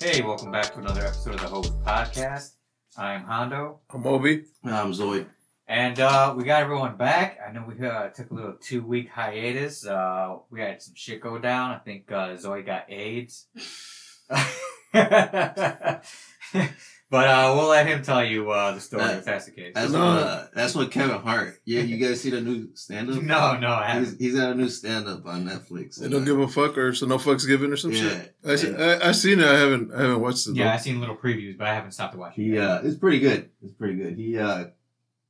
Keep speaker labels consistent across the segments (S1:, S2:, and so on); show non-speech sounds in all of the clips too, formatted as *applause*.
S1: Hey, welcome back to another episode of the Hope Podcast. I'm Hondo,
S2: I'm Obi.
S3: I'm Zoid.
S1: and uh, we got everyone back. I know we uh, took a little two week hiatus. Uh, we had some shit go down. I think uh, Zoe got AIDS. *laughs* but uh, we'll let him tell you uh, the story if that's the case.
S3: That's
S2: No.
S3: what. Uh, that's what Kevin Hart. Yeah, you guys see the new
S2: *laughs*
S3: stand
S1: *laughs*
S3: up?
S1: No, no, I haven't.
S3: He's, he's got a new stand up on Netflix.
S2: They don't give a fuck, or so no fucks given, or some
S3: Yeah.
S2: shit. I, see, I I seen it. I haven't I haven't watched it. *laughs*
S1: Yeah,
S2: Yeah.
S1: I've seen little previews, but I haven't stopped to watch it.
S3: He
S1: yet.
S3: uh, it's pretty good. It's pretty good. He uh,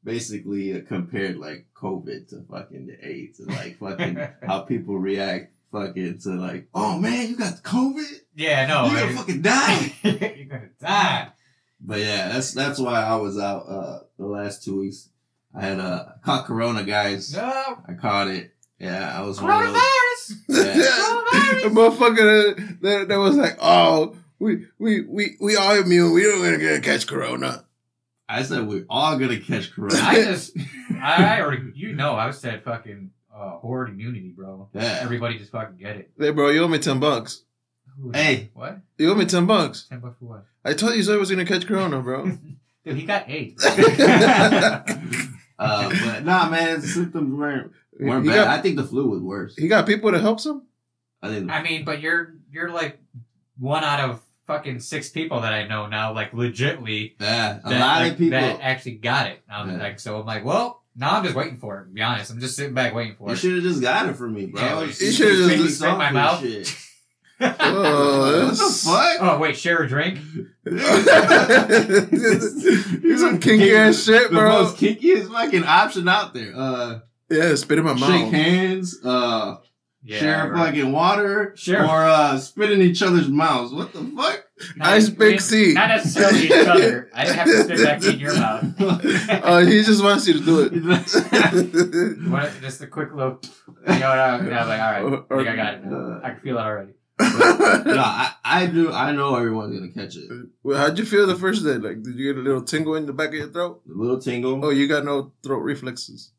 S3: basically uh, compared like COVID to fucking the AIDS and like fucking
S2: *laughs*
S3: how people react fucking to like, oh man, you got COVID,
S1: *laughs* yeah,
S2: Oh,
S1: no.
S3: you gonna
S1: man.
S3: fucking die.
S1: *laughs* You're gonna die.
S3: But yeah, that's that's why I was out uh the last two weeks. I had uh caught Corona, guys.
S1: No.
S3: I caught it. Yeah, I was one of those.
S1: Coronavirus.
S2: *laughs*
S3: Yeah.
S2: a motherfucker that, that, that was like, oh, we we we we all immune. We don't gonna get catch corona.
S3: I said we're all
S2: *laughs*
S3: gonna catch corona. *laughs*
S1: I just, I already, you know, I said fucking uh, horde immunity, bro.
S3: yeah.
S1: Everybody just fucking get it.
S2: Hey, bro, you owe me ten bucks.
S1: Who-
S3: Hey.
S1: What?
S2: You owe me ten bucks.
S1: Ten bucks for what?
S2: I told you Zoe was gonna catch corona,
S3: *laughs*
S2: bro.
S1: Dude, he got eight.
S3: *laughs* uh, but nah, man, the symptoms weren't weren't
S2: he
S3: bad.
S2: got
S3: I think the flu was worse.
S2: he got people that helps
S3: *laughs*
S2: him.
S3: I think
S1: I mean, but you're you're like one out of fucking six people that I know now, like legitly,
S3: yeah, a
S1: that,
S3: lot
S1: like,
S3: of people.
S1: that actually got it. I was
S3: Yeah.
S1: like, so I'm like, well, now I'm just waiting for it. To be honest, I'm just sitting back waiting for
S3: you
S1: it.
S3: should have just got it from me, bro.
S1: Yeah, you
S2: should've
S3: just
S2: just
S3: licked
S1: spit in
S3: off
S1: my
S3: and
S1: mouth.
S3: Shit.
S2: *laughs* Oh,
S3: what
S2: that's-
S3: the
S1: *laughs* oh wait, share a drink.
S2: *laughs*
S3: fuck?
S2: You some kinky ass
S3: *laughs*
S2: shit,
S3: The
S2: bro.
S3: most kinkiest fucking option out there. Uh,
S2: Yeah, spit in my
S3: shake
S2: *laughs* mouth.
S3: hands. Uh, share
S1: right.
S3: fucking water.
S1: Share.
S3: Or uh, spit in each other's mouths. What the fuck?
S1: Not-
S2: Ice Big C.
S1: Not necessarily each other. I didn't have to spit back in your mouth.
S2: Oh, he just wants you to do it.
S3: *laughs*
S2: *laughs*
S1: You want it- just a quick little. You know what? I, I was like, all right, I think I got it. Now.
S3: Uh,
S1: I can feel it already.
S3: no, I, I do. I know everyone's gonna catch it.
S2: Well, how'd you feel the first day? Like, did you get a little tingle in the back of your throat?
S3: The little tingle.
S2: Oh, you got no throat reflexes.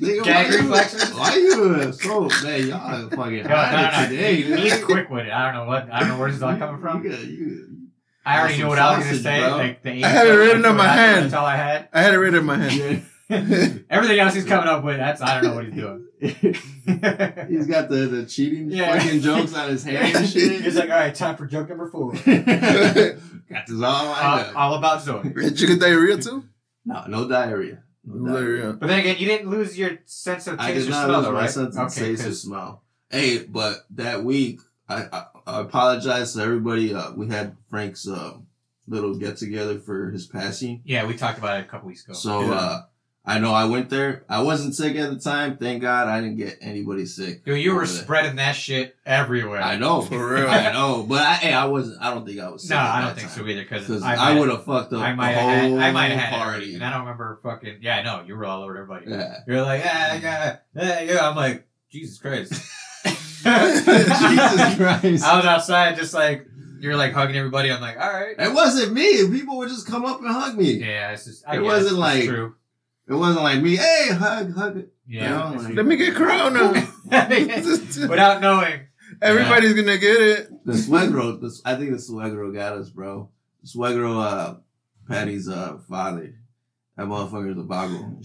S3: Nigga,
S1: Gag
S3: why you-
S1: reflexes?
S3: Why you uh, so man? Y'all are fucking
S1: No,
S3: hot
S1: no, no, no.
S3: today.
S1: He- He's
S3: man.
S1: quick with it. I don't know what. I don't know where's this all coming from.
S3: You, got- you,
S1: I already
S3: Some
S1: knew what I was gonna
S3: sausage,
S1: say.
S3: bro.
S1: Like the
S2: I had it written on my hand.
S1: That's all I had.
S2: I had it right in my hand.
S3: got-
S1: *laughs*
S2: *laughs*
S1: Everything else he's coming up with, that's I don't know what he's
S3: *laughs*
S1: doing.
S3: he's got the, the cheating
S1: Yeah.
S3: fucking jokes on his hand and
S1: he's
S3: shit. *laughs*
S1: like, all right, time for joke number four.
S3: got this all lined
S1: Uh,
S3: up.
S1: all about Zoe.
S2: Did you get diarrhea too? uh,
S3: No, no diarrhea. No diarrhea.
S2: Diarrhea.
S1: But then again, you didn't lose your sense of taste
S3: I did
S1: or
S3: not
S1: smell,
S3: lose
S1: though,
S3: my
S1: right?
S3: sense of taste or
S1: 'cause-
S3: smell. Hey, but that week, I, I, I apologize to everybody. Uh, we had Frank's uh, little get together for his passing.
S1: Yeah, we talked about it a couple weeks ago.
S3: So
S2: Yeah.
S3: uh, I know I went there. I wasn't sick at the time. Thank God I didn't get anybody sick.
S1: Dude, you were
S3: over there.
S1: spreading that shit everywhere.
S3: I know.
S2: For real.
S1: *laughs*
S3: I know. But I, hey, I wasn't. I don't think I was sick.
S1: No,
S3: at
S1: I
S3: that
S1: don't think so
S3: time.
S1: either. Because
S3: Because
S1: I,
S3: I,
S1: might-
S3: would have fucked up
S1: I
S3: the
S1: might have
S3: whole
S1: had, I might have had
S3: party.
S1: party, and I don't remember fucking. Yeah, I know you were all over everybody.
S3: yeah.
S1: *laughs*
S3: *laughs*
S1: You're like, "Ah, yeah, yeah, yeah, yeah. I'm like, Jesus
S3: *laughs*
S1: Christ. *laughs* Jesus
S3: Jesus
S1: I was
S3: Christ.
S1: outside, just like you're like hugging everybody. I'm like, all right.
S3: It wasn't me. People would just come up and hug me.
S1: Yeah, it's just. I
S3: It
S1: guess
S3: wasn't
S1: it's
S3: like-
S1: true.
S3: It wasn't like me. Hey, hug, hug.
S1: Yeah.
S3: You know, like-
S2: Let me get
S3: *laughs*
S2: corona.
S1: *laughs* Without knowing.
S2: Everybody's gonna get it.
S3: *laughs* The Swegro, the, I think the Swegro got us, bro. Swegro, uh, Patty's uh father. That motherfucker's a boggle. and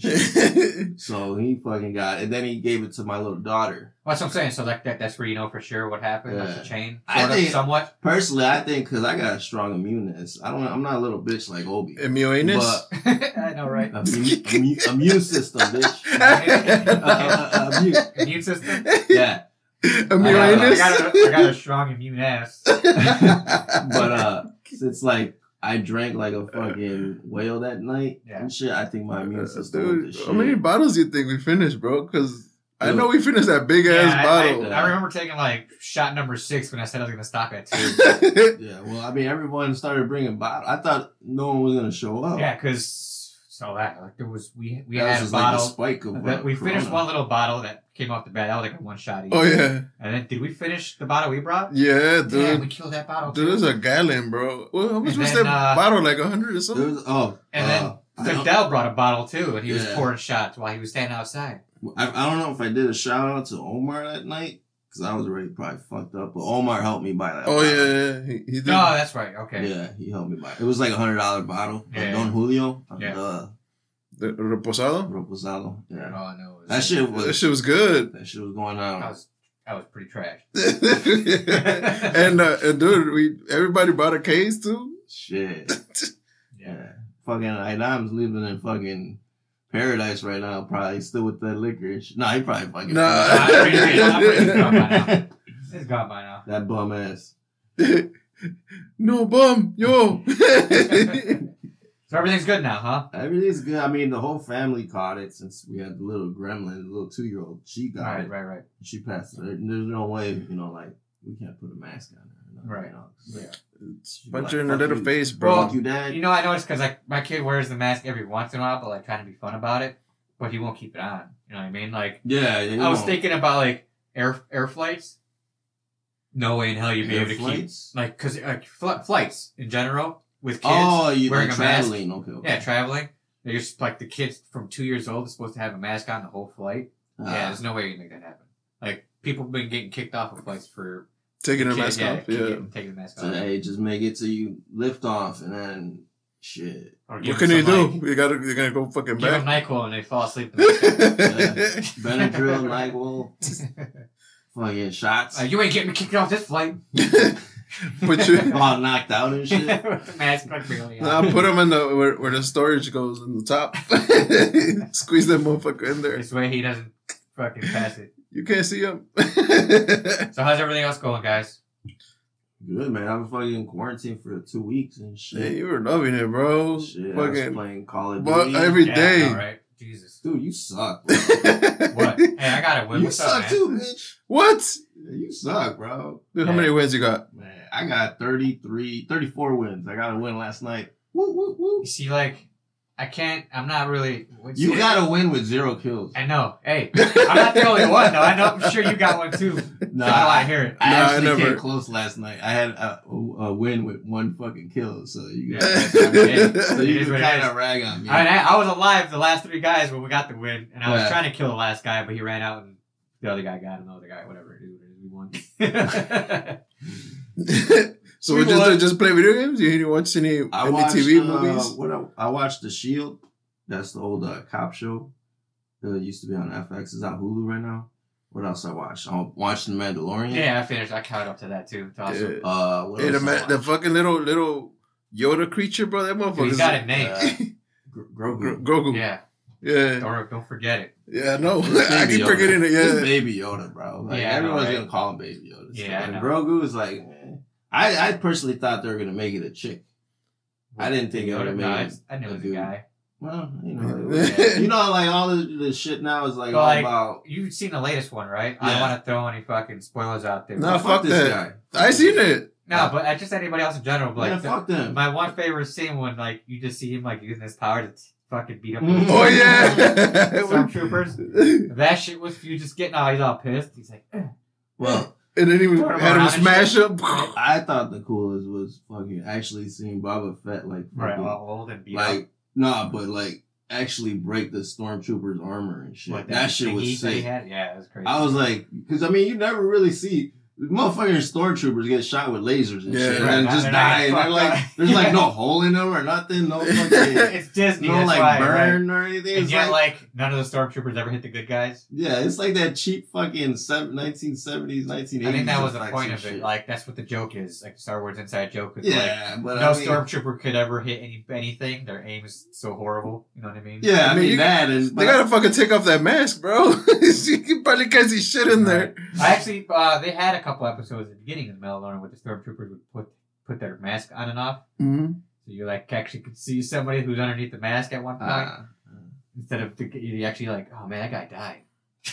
S2: *laughs*
S3: shit. so he fucking got, it. and then he gave it to my little daughter.
S1: That's what I'm saying. So like that, that's where you know for sure what happened. That's
S3: Yeah.
S1: a chain,
S3: I
S1: sort of,
S3: think-
S1: somewhat. *laughs*
S3: Personally, I think because I got a strong immuneness, I don't. I'm not a little bitch like Obi,
S2: Immuneness. *laughs*
S3: but
S1: I know, right?
S3: immune, immune, immune system, bitch. Uh, uh, uh, immune.
S1: Immune system.
S3: *laughs* Yeah,
S1: I got, a- I,
S2: Immuneness. *laughs*
S1: got a, I got a strong immune ass.
S3: but uh, since like I drank like a fucking whale that night
S1: Yeah.
S3: and shit, I think my immune system. went
S2: Dude,
S3: to
S2: how many
S3: shit.
S2: bottles you think we finished, bro? Because I
S3: Dude.
S2: know we finished that big
S1: Yeah,
S2: ass
S1: I,
S2: bottle. *laughs*
S1: I, I remember taking like shot number six when I said I was gonna stop at two.
S2: *laughs*
S3: Yeah, well, I mean, everyone started bringing bottles. I thought no one was gonna show up.
S1: Yeah, because so that like there was we we
S3: That was
S1: had a
S3: just like the
S1: bottle
S3: spike of
S1: that we
S3: Corona.
S1: finished one little bottle that came off the bat. That was like a one shot each.
S2: oh yeah,
S1: And then did we finish the bottle we brought?
S2: yeah, dude.
S1: Yeah, we killed that bottle.
S2: Dude,
S1: too.
S2: it's a gallon, bro. Well, how much
S1: And
S2: was
S1: then,
S2: that
S1: uh,
S2: bottle? Like a hundred or
S3: There
S2: something?
S3: was- oh,
S1: And
S3: uh,
S1: then
S3: I, don't,
S1: Dell brought a bottle too, and he was
S3: Yeah.
S1: pouring shots while he was standing outside.
S3: I, I don't know if I did a shout out to Omar that night because I was already probably fucked up, but Omar helped me buy that.
S2: Oh
S3: bottle.
S2: yeah, yeah, yeah. He, he did.
S1: No, Oh, that's right. Okay.
S3: Yeah, he helped me buy. It It was like a hundred dollar bottle, like
S1: Yeah.
S3: Don Julio,
S1: Yeah.
S3: yeah. uh,
S2: The reposado.
S3: Reposado.
S1: And
S3: Yeah,
S1: all Oh, I know is
S3: that shit
S2: That
S3: was
S2: shit was
S1: Oh.
S2: good.
S3: that shit was going
S1: *laughs* That
S3: on.
S1: was that was pretty trash.
S2: and uh, and dude, we everybody brought a case too. *laughs*
S3: Shit.
S1: Yeah.
S3: Yeah. Fucking Idam's living in fucking paradise right now, probably still with that liquor. and shit. Nah, he probably fucking.
S2: Nah.
S1: I'm pretty, I'm pretty gone by now.
S3: *laughs* that
S1: It's gone by now.
S3: bum ass.
S2: no bum, yo. *laughs*
S1: So everything's good now, huh?
S3: Everything's good. I mean, the whole family caught it since we had the little gremlin, the little two year old. She got
S1: Right,
S3: it.
S1: right, right.
S3: She passed it. There- There's no way, you know, like, we can't put a mask on her. you know,
S1: Right.
S3: you know.
S1: Yeah.
S3: She'd be
S2: Punch
S3: like,
S2: her in the
S3: "Fuck
S2: little
S3: you.
S2: face, bro.
S3: Fuck you, dad.
S1: You know, I noticed because like my kid wears the mask every once in a while, but like trying to be fun about it, but he won't keep it on. You know what I mean? Like
S3: yeah, yeah. you
S1: I was
S3: know,
S1: thinking about like air air flights. No way in hell you'd be
S3: air
S1: able to keep
S3: flights?
S1: like because like fl- flights in general with kids.
S2: uh,
S3: Oh, you're
S1: wearing
S3: like
S1: a mask.
S3: traveling. Okay, okay.
S1: Yeah, traveling. They're just like the kids from two years old are supposed to have a mask on the whole flight.
S3: Ah.
S1: yeah, there's no way you can make that happen. Like people have been getting kicked off of flights for
S2: Taking her
S1: kid-
S2: mask
S1: yeah,
S2: off.
S1: kid
S2: Yeah.
S1: getting- taking the mask
S3: So
S1: off.
S3: hey, just make it till you lift off, and then shit.
S1: Or give
S2: What can
S1: them
S2: you
S1: some,
S2: do?
S1: like,
S2: You gotta you gotta go fucking
S1: Give them
S2: back.
S1: Nyquil and they fall
S2: *laughs*
S1: asleep. *laughs*
S3: Benadryl, Nyquil, fucking shots.
S1: Uh, you ain't getting me kicked off this flight.
S2: But
S1: *laughs*
S2: you-
S3: *laughs* All knocked out and shit.
S1: mask like barely
S2: Nah,
S1: on.
S2: put them in the where, where the storage goes in the top. *laughs* Squeeze that motherfucker in there.
S1: This way he doesn't fucking pass it.
S2: You can't see *laughs* him.
S1: So how's everything else going, guys?
S3: Good man, I've been fucking quarantined for two weeks and
S2: Man,
S3: shit.
S2: you were loving it, bro.
S3: shit, I was
S2: fucking
S3: playing Call of
S2: but
S3: Duty.
S2: every
S1: yeah,
S2: day.
S1: All right. Jesus.
S3: Dude, you
S2: *laughs*
S3: suck. Bro.
S1: What? Hey, I got it. Will.
S3: you
S1: What's
S3: suck
S1: up, man?
S3: too, bitch.
S2: what?
S3: You suck, bro.
S2: Dude, how
S1: Yeah.
S2: many wins you got?
S3: Man, I got 33, 34 wins. I got a win last night. Woo, woo, woo.
S1: You see, like, I can't. I'm not really. what's
S3: You
S1: it?
S3: got a win with zero kills.
S1: I know. Hey, I'm not the only one though. I
S2: *laughs*
S1: know. I'm sure you got one
S3: *laughs*
S1: too.
S3: No,
S1: so how do I hear it?
S3: I
S2: No, I
S3: actually
S2: never-
S3: came close last night. I had a, a win with one fucking kill, so *laughs* you
S1: Yeah.
S3: guys, so
S1: It
S3: you
S1: is
S3: can
S1: what it
S3: kind
S1: is.
S3: of rag on me.
S1: I, mean, I, I was alive the last three guys when we got the win, and I was
S3: Yeah.
S1: trying to kill the last guy, but he ran out, and the other guy got him. The other guy, whatever it is, we
S3: *laughs*
S1: won. *laughs*
S2: so
S1: We
S2: we just
S1: won.
S2: just play video games? You didn't watch any
S3: I
S2: any
S3: watched,
S2: TV
S3: uh,
S2: movies?
S3: What I, I watched The Shield. That's the old uh, cop show. It used to be on FX. It's on Hulu right now. What else I watched? I watched The Mandalorian.
S1: yeah, I finished. I caught up to that too. It's awesome.
S2: Yeah.
S3: Uh, what
S2: Hey, the,
S3: else I
S2: ma-
S3: watched?
S2: the fucking little little Yoda creature, bro. That
S1: Dude,
S2: motherfucker.
S1: he's got a name.
S2: *laughs*
S3: Uh, Gro-
S2: Gro-
S3: Grogu.
S2: Grogu.
S1: yeah,
S2: Yeah.
S1: or don't forget it.
S2: Yeah, no. *laughs*
S3: It's
S2: I
S3: Baby
S2: keep
S3: Yoda.
S2: forgetting it.
S3: It's
S2: Yeah.
S3: Baby Yoda, bro. Like
S1: Yeah, I know,
S3: everyone's
S1: right?
S3: gonna call him Baby Yoda. So,
S1: Yeah, I
S3: and
S1: know.
S3: Grogu is like, eh. I, I personally thought they were gonna make it a chick. I didn't think it
S1: No,
S3: would have made
S1: I,
S3: it.
S1: I knew it was a
S3: Dude.
S1: guy.
S3: Well, you
S2: *laughs*
S3: know, it was-
S1: Yeah.
S3: you know, like all the, the shit now is like
S1: But,
S3: all
S1: like,
S3: about.
S1: You've seen the latest one, right? I don't
S3: Yeah.
S1: want to throw any fucking spoilers out there.
S2: No,
S1: But-
S2: fuck that. I seen
S3: *laughs*
S2: it.
S1: No, but uh, just anybody else in general. But, like,
S3: yeah,
S1: the-
S3: fuck them.
S1: my one favorite scene when like you just see him like using his power to t- fucking
S3: *laughs*
S1: beat up.
S3: Mm.
S2: Oh
S1: *laughs*
S2: *laughs*
S3: *laughs*
S2: yeah.
S1: Stormtroopers. That shit was you just getting all he's all pissed. He's like, "Eh."
S3: well,
S2: And then he was,
S1: Turn him
S2: had him
S1: around.
S2: smash up.
S3: I thought the coolest was fucking actually seeing Boba Fett like
S1: right,
S3: fucking,
S1: all old and beat up.
S3: like nah, but like actually break the stormtrooper's armor and shit.
S1: Like
S3: that, shit
S1: thingy
S3: was
S1: that he
S3: sick.
S1: had. Yeah, it was crazy.
S3: I was like, because I mean, you never really see motherfucking stormtroopers get shot with lasers and
S2: Yeah.
S3: shit,
S2: Right,
S3: and
S1: now
S3: just
S1: they're not
S3: die. And they're
S1: fucked
S3: like,
S1: up.
S3: there's
S1: *laughs*
S3: like no hole in them or
S2: *laughs*
S3: nothing, no fucking,
S1: it's Disney.
S3: no
S1: that's
S3: like
S1: why, right?
S3: burn or anything.
S1: And
S3: It's
S1: yet,
S3: like,
S1: like, none of the stormtroopers ever hit the good guys.
S3: yeah, it's like that cheap fucking sev- 1970s, 1980s.
S1: I think that was the
S3: effects
S1: point
S3: and
S1: of it.
S3: shit.
S1: Like, that's what the joke is. Like, Star Wars inside joke is like,
S3: yeah, but
S1: no
S3: I mean,
S1: stormtrooper could ever hit any anything. Their aim is so horrible. You know what I mean?
S3: Yeah,
S2: I
S3: I
S2: mean,
S3: mean,
S2: you-
S3: that
S2: *laughs*
S3: and
S2: They gotta fucking take off that mask, bro. *laughs* you probably can't see shit in there.
S1: I actually, uh, they had a couple episodes at the beginning of Mandalorian where the stormtroopers would put put their mask on and off,
S3: Mm-hmm.
S2: Mhm.
S1: so you like actually could see somebody who's underneath the mask at one point
S3: Ah.
S1: instead of the, you actually like, oh man, that guy
S3: *laughs*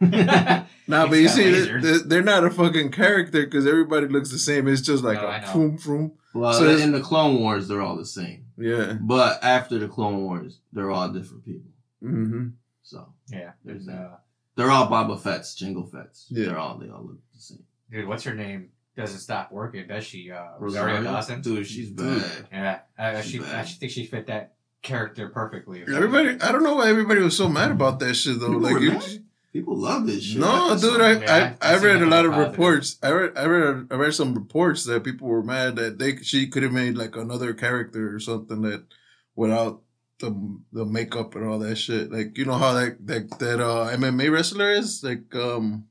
S1: died.
S2: Nah,
S1: He's
S2: but you
S1: got
S2: see,
S1: lasers.
S2: they're, they're not a fucking character because everybody looks the same. It's just like
S3: Oh,
S1: No, I
S2: a
S1: know.
S2: vroom, vroom.
S3: well,
S2: So it's-
S3: in the Clone Wars, they're all the same.
S2: Yeah.
S3: But after the Clone Wars, they're all different people.
S2: hmm
S3: So
S1: *laughs* yeah, there's uh,
S3: they're all Boba Fett's, Jingle Fett's.
S2: Yeah.
S3: They're all they all look the same.
S1: dude, what's her name? Doesn't stop working, does she? Uh, Rosario Dawson.
S3: dude, she's
S2: Dude.
S3: bad.
S1: Yeah, uh,
S3: She's
S1: she, I
S3: bad.
S1: think she fit that character perfectly. or something.
S2: Everybody, I don't know why everybody was so mad about that shit though.
S3: People
S2: like,
S3: were
S2: you,
S3: mad? People love this shit.
S2: no,
S3: That's
S2: dude,
S3: all.
S2: I,
S1: Yeah,
S2: I, I
S1: I've
S2: read
S1: seen
S2: a
S1: it
S2: lot of
S1: positive.
S2: reports. I read, I read, I read some reports that people were mad that they she could have made like another character or something that without the the makeup and all that shit. Like, you know how that that that uh, MMA wrestler is like, um,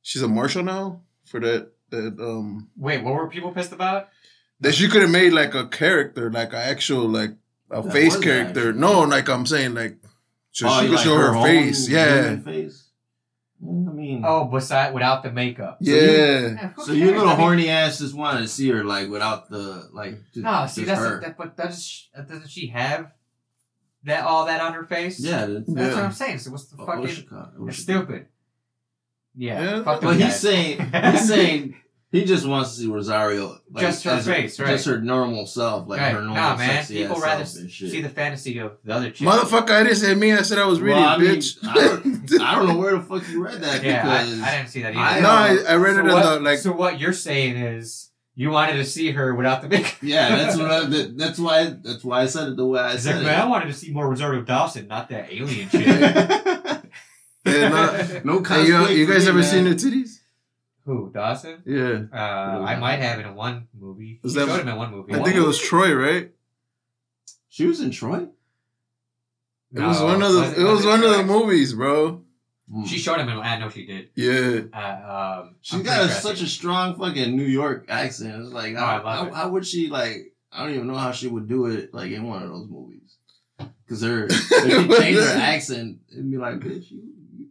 S2: she's a marshal now for that that um
S1: Wait, what were people pissed about?
S2: that she could have made like a character, like an actual like a
S3: That
S2: face
S3: was
S2: character.
S3: actually-
S2: No, like I'm saying, like so
S3: Oh,
S2: she
S3: you
S2: could
S3: like
S2: show her,
S3: own
S2: face. Yeah,
S3: human face? Well, I mean,
S1: Oh, beside without the makeup.
S2: yeah.
S1: Eh, who
S3: so your
S1: cares?
S3: little
S1: I mean,
S3: horny ass just wanted to see her like without the like. Just,
S1: No, Oh, see
S3: just
S1: that's
S3: her.
S1: that, but does she, doesn't she have that all that on her face?
S3: yeah, that's
S1: that's
S2: Yeah.
S1: what I'm saying. So what's the
S3: oh,
S1: fucking?
S3: Oshika, Oshika.
S1: It's stupid. Yeah,
S2: Yeah.
S1: fuck
S3: But
S1: them
S3: he's
S1: guys.
S3: saying
S1: *laughs*
S3: he's saying he just wants to see Rosario like,
S1: Just her
S3: as
S1: face, right.
S3: Just her normal self, like
S1: Right.
S3: her normal
S1: nah, man.
S3: sexy
S1: People
S3: ass
S1: rather
S3: self and shit.
S1: see the fantasy of the other chick.
S2: Motherfucker, I didn't say me. I said I was reading,
S3: Well, I mean,
S2: bitch.
S3: I don't, *laughs*
S2: *laughs*
S3: I don't know where the fuck you read that
S1: Yeah, I,
S3: because
S1: I didn't see that
S3: I
S1: either.
S2: no, I, I read
S1: so
S2: it in
S1: what,
S2: the like.
S1: so what you're saying is you wanted to see her without the makeup.
S3: yeah, that's
S1: *laughs*
S3: what I, that, that's why that's why I said it the way I
S1: It's like,
S3: said
S1: man, I wanted to see more Rosario Dawson, not that
S3: *laughs*
S1: alien chick.
S3: it.
S2: yeah, nah.
S3: no
S2: Hey,
S3: cosplay.
S2: you, you
S3: for
S2: guys
S3: me,
S2: ever
S3: man.
S2: seen the titties?
S1: *laughs* Who Dawson?
S2: Yeah,
S1: Uh, I might have it in one movie.
S2: Was
S1: He
S2: that-
S1: showed him in one movie.
S2: I think it was Troy, right?
S3: She was in Troy.
S2: It was
S1: No,
S2: one of
S1: wasn't-
S2: the. It was one
S1: wasn't
S2: of the
S1: Troy?
S2: movies, bro.
S3: Hmm.
S1: She showed him in. I know she did.
S2: Yeah,
S3: *laughs*
S1: Uh, um,
S3: She's
S1: I'm
S3: got a,
S1: pretty sure I
S3: such a
S1: did. strong
S3: strong fucking New York accent. It's like,
S1: Oh,
S3: how,
S1: I love
S3: how,
S1: it.
S3: how would she like? I don't even know how she would do it like in one of those movies.
S1: *laughs*
S3: Cause her, if she changed her accent, it'd be like, bitch, you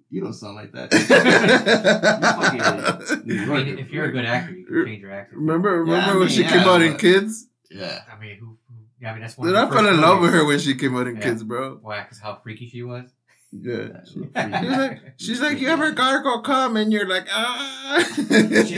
S3: you don't sound like that.
S1: *laughs*
S3: New
S1: I
S3: Yorker.
S1: mean, if you're a good actor, you can change your accent.
S2: remember, remember
S3: Yeah, I
S2: when
S3: mean,
S2: she
S3: yeah,
S2: came out in
S3: but-
S2: Kids?
S3: yeah,
S1: I mean, who? who yeah, I mean, that's one.
S2: Dude,
S1: of
S2: I
S1: the
S2: fell
S1: first
S2: in love with
S1: movies.
S2: her when she came out in
S1: Yeah.
S2: Kids, bro.
S1: Why? Because how freaky she
S2: *laughs*
S1: was.
S2: Yeah.
S3: *laughs* yeah.
S2: She's like, she's like, you ever car go come, and you're like, ah.
S1: She's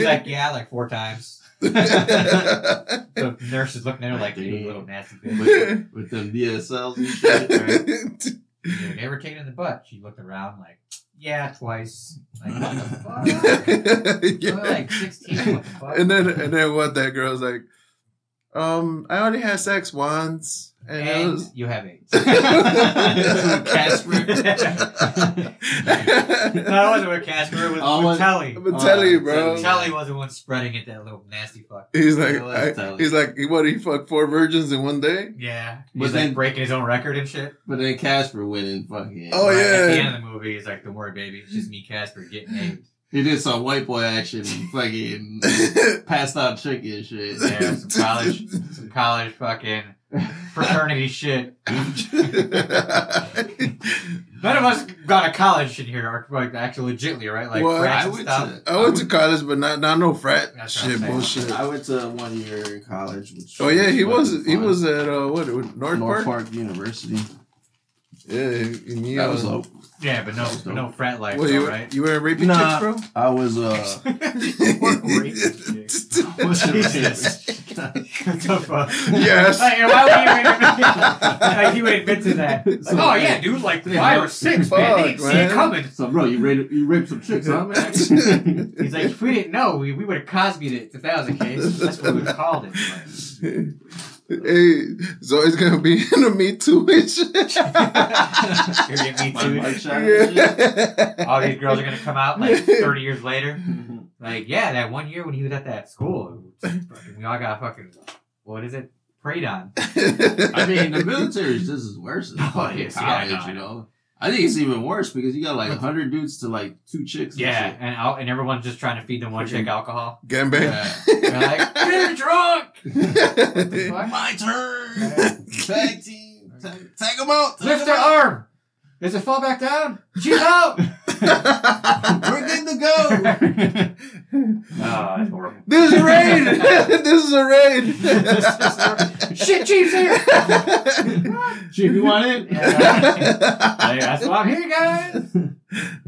S2: *laughs*
S3: *laughs*
S1: like, yeah, like four times. *laughs* The nurse is looking at her like, you little nasty bitch.
S3: with, with them DSLs and shit.
S1: *laughs*
S3: right?
S1: Dude, ever taken in the butt? She looked around like, yeah, twice. Like, what
S2: *laughs*
S1: the fuck?
S2: Yeah.
S1: Well, like sixteen. What the fuck?
S2: And then and then what? That girl's like, um, I only had sex once, and, it
S1: and *laughs*
S2: was. *laughs*
S1: you have AIDS.
S3: That's what Casper.
S1: *laughs* No, it wasn't with Casper. It was
S3: Oh,
S1: with
S3: was-
S1: Telly.
S2: I'm gonna tell you, bro.
S3: Telly.
S1: Telly was the one spreading it. That little nasty fuck.
S2: He's like,
S3: It was
S2: I,
S3: Telly.
S2: he's like, he what? He fucked four virgins in one day.
S1: Yeah, he's
S3: But
S1: like
S3: then-
S1: breaking his own record and shit.
S3: but then Casper went and fucking.
S2: Oh,
S1: Right At the
S2: yeah.
S1: end of the movie, he's like, "Don't worry, baby. It's just me, Casper, getting AIDS."
S3: He did some white boy action,
S1: *laughs*
S3: and fucking passed out chicken and shit.
S1: Yeah, some
S2: *laughs*
S1: college, some college fucking fraternity shit. None of us got a college shit here, or, like actually legitly, right? Like
S2: Well,
S1: France
S3: I
S1: and
S3: went
S1: stuff.
S3: to
S2: I went to college, but not not no frat
S1: That's what I'm
S2: shit
S1: saying.
S2: bullshit.
S3: I went to one year in college. Which
S2: Oh yeah, he
S3: fucking
S2: was he
S3: fun.
S2: was at uh what North,
S3: North Park,
S2: Park?
S3: University.
S2: Yeah, and you,
S3: That
S2: uh,
S3: was dope.
S1: Yeah, but no,
S3: That's dope.
S1: no frat life,
S2: What,
S1: though,
S2: you,
S1: right?
S2: you were raping
S3: Nah.
S2: chicks,
S3: I
S2: *laughs*
S1: *laughs*
S3: was uh. What's your
S1: Jesus.
S3: *laughs* name?
S1: what the fuck?
S2: Yes.
S1: Like, and why would you admit to Like, he would admit
S2: *laughs*
S1: to that. Like, oh, yeah, dude, like five or six, man. They didn't
S2: Fuck,
S1: see it
S2: man.
S1: coming.
S3: so bro, you raped you raped some chicks,
S2: *laughs*
S3: huh, man? *laughs*
S1: He's like, if we didn't know, we, we would have Cosby'd it if that was the case. That's what we would've called it.
S2: hey, so it's gonna be in a Me Too and shit.
S1: Like, you're getting me
S3: *laughs* My
S2: *laughs*
S3: mic
S1: too.
S3: shot and shit.
S1: All these girls are gonna come out
S3: *laughs*
S1: like 30 years later. Like, yeah, that one year when he was at that school, fucking- we all got fucking, what is it? Preyed on.
S3: *laughs* I mean, the military is just as worse as
S1: Oh,
S3: fucking
S1: yes, yeah, I
S3: college,
S1: know, I
S3: you
S1: know.
S3: know. I think it's even worse because you got like hundred dudes to like two chicks. and
S1: Yeah,
S3: shit.
S1: and al- and everyone's just trying to feed them one chick alcohol.
S2: Gangbang.
S1: They're
S3: *laughs*
S1: like, you're drunk.
S2: Yeah.
S1: Fuck.
S3: My turn. *laughs* Tag team. Tag, tag 'em out. Tag
S1: Lift
S3: 'em
S1: their
S3: out.
S1: arm. Does it fall back down? She's
S3: *laughs*
S1: out. *laughs* oh,
S3: We're good to
S1: *laughs*
S3: go.
S1: that's horrible.
S2: this is raid. this is a raid.
S1: Shit, Chief's
S3: *laughs*
S1: here.
S3: Chief, *laughs* you want it?
S1: Yeah.
S3: *laughs*
S1: Like, that's why I'm here, guys.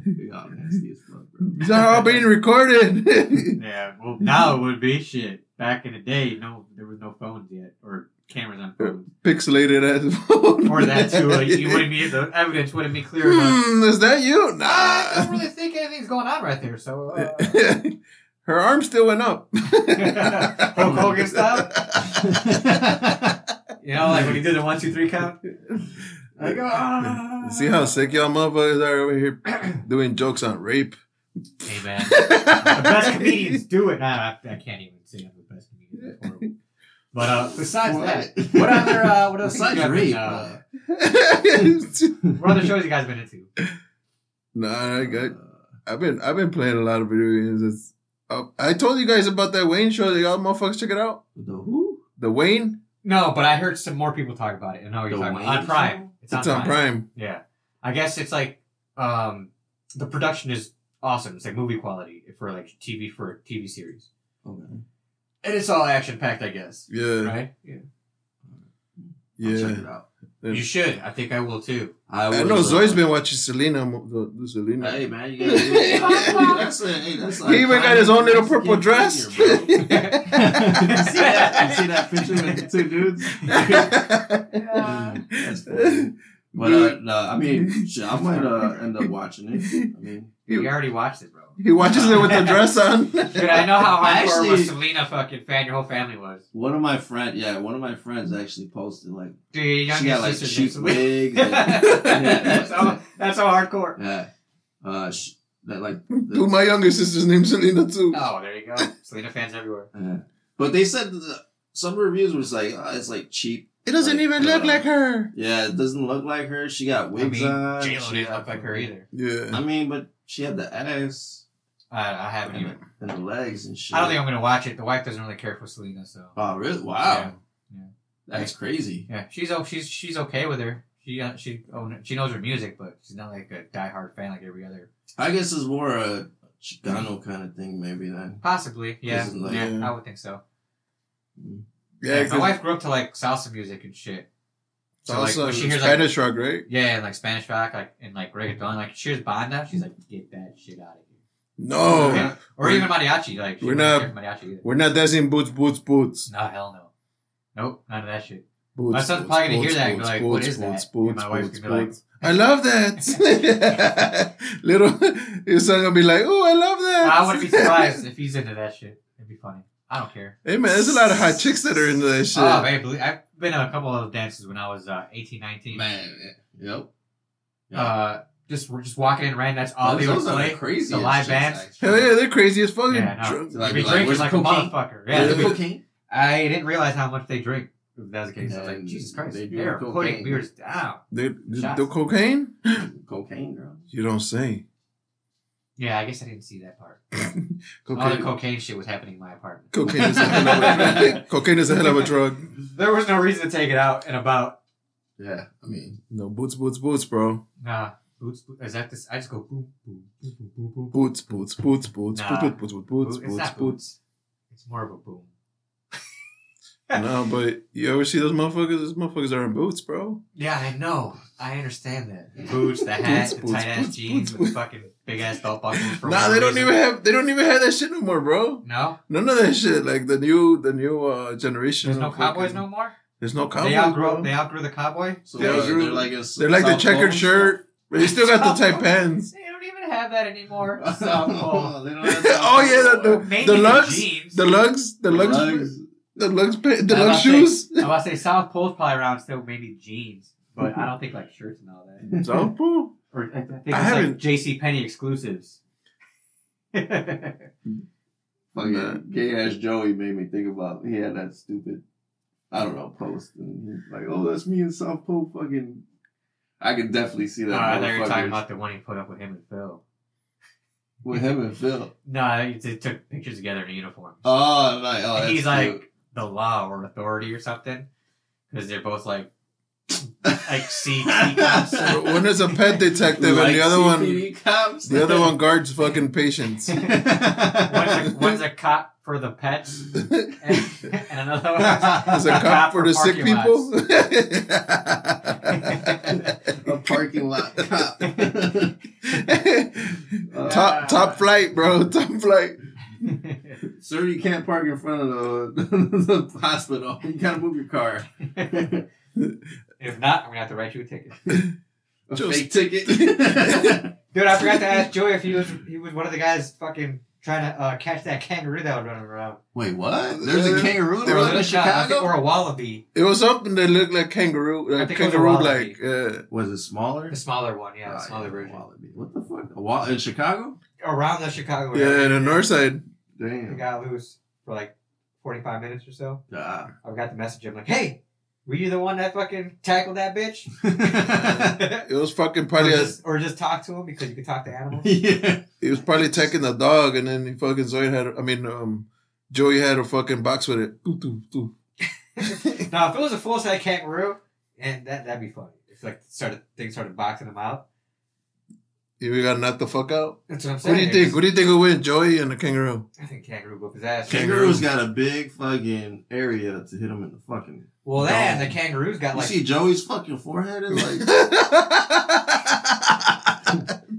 S3: Y'all nasty as fuck, bro.
S2: These are all being recorded.
S1: Yeah, well,
S2: Mm-hmm.
S1: now it would be shit. Back in the day, no, there was no phones yet or cameras on phones.
S2: Pixelated as phone.
S1: Or that too.
S2: *laughs*
S1: Like, you wouldn't be the evidence wouldn't be clear enough.
S2: Hmm, is that you?
S1: I don't
S2: Nah. *laughs*
S1: really think anything's going on right there. So, uh,
S2: Her
S1: *laughs*
S2: arm still went up.
S1: Hulk Hogan style.
S3: yeah,
S1: You know, like when he did the one, two, three count. Like, ah.
S2: You *laughs* See how sick y'all motherfuckers are over here doing jokes on rape. *laughs*
S1: Hey man, the best comedians do it. Nah, I, I can't even say I'm the best comedian. That's horrible. But uh, besides that, what other
S2: *laughs*
S1: uh, what else
S3: Besides
S1: you guys
S3: rape,
S1: been, uh,
S2: no,
S1: what other shows you guys been into?
S2: I got.
S3: uh,
S2: I've been I've been playing a lot of video games. It's, uh, I told you guys about that Wayne show. That y'all motherfuckers check it out.
S3: the who?
S2: The Wayne.
S1: No, but I heard some more people talk about it, and now you're
S3: The
S1: talking
S3: Wayne
S1: about on Prime.
S3: show?
S2: It's, on Prime.
S1: Yeah, I guess it's like um, the production is awesome. It's like movie quality for like TV for a TV series,
S3: Okay.
S1: and it's all action packed. I guess
S2: Yeah,
S1: right. Yeah.
S3: I'll
S2: yeah.
S3: check it out.
S1: You should. I think I will too.
S2: I know Zoe's been watching Selena. mo- The, the Selena.
S3: Hey man, you
S1: *laughs*
S3: gotta do it. that's a, hey, that's
S2: he even got his own little
S3: Mexican
S2: purple dress. *laughs*
S3: figure, bro. *laughs* you see that? You see that picture with the two *laughs* dudes? That's funny.
S2: *laughs*
S3: But *laughs* uh, no, I mean, shit, I might uh, *laughs* end up watching it. I mean,
S1: You already watched it, bro.
S2: He watches it with the dress
S1: *laughs*
S2: on.
S1: Dude, I know how hardcore
S3: I
S1: actually,
S3: actually-
S1: was Selena fucking fan your whole family was.
S3: one of my friend, yeah, one of my friends actually posted like
S1: Dude, your youngest
S3: she got like
S1: sister
S3: sheep
S1: next *laughs* week.
S3: wigs. *laughs*
S1: that's,
S3: and-
S1: how, that's how hardcore.
S3: Yeah, uh, sh that
S2: *laughs*
S3: like,
S2: Dude, my younger sister's named Selena too.
S1: Oh, there you go. Selena fans everywhere.
S3: yeah. but they said that the, some reviews was like uh, it's like cheap.
S2: It doesn't
S3: Like,
S2: even look
S3: uh,
S2: like her.
S3: Yeah, it doesn't look like her. She got
S1: I mean,
S3: wigs on.
S1: J Lo
S3: she
S1: didn't
S3: got-
S1: look like her either.
S2: Yeah.
S3: I mean, but she had the ass
S1: I, I haven't
S3: and
S1: even.
S3: the, and the legs and shit.
S1: I don't think I'm gonna watch it. The wife doesn't really care for Selena, so
S3: Oh really? Wow,
S1: Yeah. Yeah.
S3: that's crazy.
S1: yeah, she's oh she's she's okay with her. She uh, she own, she knows her music, but she's not like a diehard fan like every other.
S3: I guess it's more a Chicano kind of thing, maybe then.
S1: Possibly, yeah,
S3: This is like-
S1: yeah, I would think so.
S2: Yeah,
S1: my wife grew up to like salsa music and shit.
S2: it's
S1: So like
S2: also
S1: when she hears like
S2: Spanish rock, right?
S1: Yeah, and like Spanish rock, like and like reggaeton, like she hears banda, she's like, get that shit out of here.
S2: No,
S1: Yeah. Or
S2: Oh, We're-
S1: even mariachi, like she
S2: we're
S1: wouldn't
S2: not-
S1: care for mariachi either.
S2: we're not dancing boots, boots, boots.
S1: No, hell no. Nope, none of that shit.
S2: boots
S1: My son's
S2: boots,
S1: probably gonna
S2: boots,
S1: hear that and be
S2: boots,
S1: like,
S2: boots,
S1: what is
S2: boots,
S1: that?
S2: boots,
S1: and my wife's
S2: boots,
S1: gonna be like,
S2: boots. I love
S1: *laughs*
S2: that. *laughs* Little, your son gonna be like, oh, I love that. *laughs*
S1: I wouldn't be surprised if he's into that shit. It'd be funny. I don't care.
S2: hey man, there's a lot of hot chicks that are into that shit.
S1: Oh, man, believe- I've been on a couple of dances when I was uh, 18, 19.
S3: Man, yep.
S1: Uh, just we're just walking in random. That's all they would
S3: Those are
S1: play.
S3: crazy.
S1: Oh, The live bands.
S2: Hell yeah, they're crazy as fuck.
S1: Yeah, no.
S2: Drunk.
S1: They'd
S3: I'd
S1: be
S3: be like,
S1: drinking
S3: "Where's
S1: like a
S3: the cocaine?"
S1: motherfucker. Yeah,
S3: Yeah,
S1: they'd be-
S3: cocaine.
S1: I didn't realize how much they drink. If that was the case, I was like,
S3: Yeah,
S1: Jesus Christ,
S3: they
S1: they
S3: do
S1: are
S3: cocaine.
S1: putting beers down.
S2: They,
S1: Shots.
S2: the cocaine?
S3: Cocaine, girl.
S2: You don't say.
S1: Yeah, I guess I didn't see that part. All the
S2: Cocaine,
S1: cocaine shit was happening in my apartment.
S2: cocaine,
S1: *laughs*
S2: is a hell of a, cocaine is a hell of a drug.
S1: There was no reason to take it out and about.
S3: Yeah, I mean,
S2: No, boots, boots, boots, bro.
S1: Nah, boots. boots is that this? I just go boom, boom, boom, boom, boom, boom. boom.
S2: Boots, boots, boots, boots,
S1: Nah.
S2: boots, boots, boots, boots,
S1: Boot- it's
S2: boots, boots.
S1: not boots. It's more of a boom. *laughs*
S2: No, but you ever see those motherfuckers? Those motherfuckers are in boots, bro.
S1: Yeah, I know. I
S2: *laughs*
S1: understand that. Boots, the hat,
S2: Boots,
S1: the
S2: boots,
S1: tight ass
S2: boots,
S1: jeans,
S2: boots,
S1: with fucking big ass
S2: *laughs*
S1: belt buckles. for
S2: Nah,
S1: no
S2: they don't
S1: reason.
S2: even have they don't even have that shit no more, bro.
S1: No,
S2: None of that shit. Like the new the new uh generation.
S1: there's no
S2: of
S1: cowboys
S2: fucking-
S1: no more.
S2: There's no cowboys.
S1: they outgrew.
S2: bro.
S1: They outgrew the cowboy.
S3: so
S2: Yeah,
S3: uh,
S2: girl.
S3: they're like a s-
S2: They're like the
S3: South Pole
S2: checkered
S3: and
S2: shirt, but they still
S1: *laughs*
S2: got the tight pants.
S1: They don't even have that anymore.
S2: *laughs*
S3: stuff.
S1: South Pole.
S3: Oh, *laughs* they don't have
S2: Oh, yeah,
S3: South Pole.
S2: The
S1: Maybe
S2: lugs?
S1: jeans.
S2: The lugs, the lugs,
S3: Lugs.
S2: the lugs, pa- the
S1: I
S2: lugs
S1: must say-
S2: shoes.
S1: I was about to say South Pole's probably around still, maybe jeans, but I don't think like shirts and all that.
S2: South Pole.
S1: Or I, I think it's
S2: I haven't-
S1: like JC Penney exclusives. *laughs* yeah,
S3: Fucking gay ass Joey made me think about he had that stupid I don't know post and he's like, Oh, that's me in South Pole fucking I could definitely see that.
S1: Ah, I thought you were talking
S3: motherfucker
S1: about the one he put up with him and Phil.
S3: with him and Phil.
S1: No, they took pictures together in uniforms.
S3: Oh like oh that's
S1: And he's
S2: *laughs*
S3: cute.
S1: like the law or authority or something, because they're both like like C cops.
S2: But One is a pet detective,
S3: Like
S2: and the other one,
S3: CPD cops.
S2: the other one guards fucking patients.
S1: One's a, one's a cop for the pets, and, and another one's
S2: *laughs* As a
S1: *laughs* Cop
S2: cop for
S1: for
S2: the sick
S1: parking
S2: people.
S3: *laughs* a parking lot
S2: *laughs*
S3: cop. *laughs* Uh,
S2: top top flight, bro. Top flight.
S3: Sir, you can't park in front of the, *laughs* the hospital. You gotta move your car. a
S1: *laughs* if not, I'm gonna have to write you a ticket.
S2: Just-
S3: fake ticket.
S1: Dude, I forgot to ask Joey if he was he was one of the guys fucking trying to uh, catch that kangaroo that was running around.
S3: *laughs* Wait, what? There's a
S2: There-
S3: kangaroo
S2: there was
S3: running
S1: Or
S3: in
S1: a shot, I think-
S3: Chicago?
S1: or a wallaby,
S2: It was something that looked like kangaroo,
S1: I
S2: like
S1: think it was a
S2: kangaroo,
S1: wallaby.
S2: like uh,
S3: Was it smaller?
S1: the smaller one, yeah,
S3: Oh,
S1: the smaller
S3: yeah,
S1: version.
S3: wallaby. What the fuck? A wall in Chicago?
S1: Around the Chicago area,
S2: yeah, the north side.
S1: I
S3: Damn.
S1: got loose for like 45 minutes or so.
S3: Ah.
S1: I got the message. I'm like, hey, were you the one that fucking tackled that
S3: *laughs*
S1: bitch?
S2: It was fucking
S1: or,
S2: probably a,
S1: just, or just talk to him because you can talk to
S3: *laughs*
S1: animals.
S3: *laughs* yeah.
S2: he was probably taking the dog, and then he fucking Zoid had. I mean, um, Joey had a fucking box with it. Doo, doo, doo.
S1: now, if it was a full size kangaroo, and that that'd be funny. If like started things started boxing them out.
S2: He got knocked the fuck out.
S1: That's what I'm
S2: What
S1: saying.
S2: do you think? What do you think will win, Joey and the
S1: *laughs*
S2: kangaroo?
S1: I think kangaroo whoop his ass.
S3: Kangaroo's got a big fucking area to hit him in the fucking.
S1: Well, that and the kangaroo's got
S3: You
S1: like
S3: see Joey's fucking forehead is
S1: *laughs*
S3: like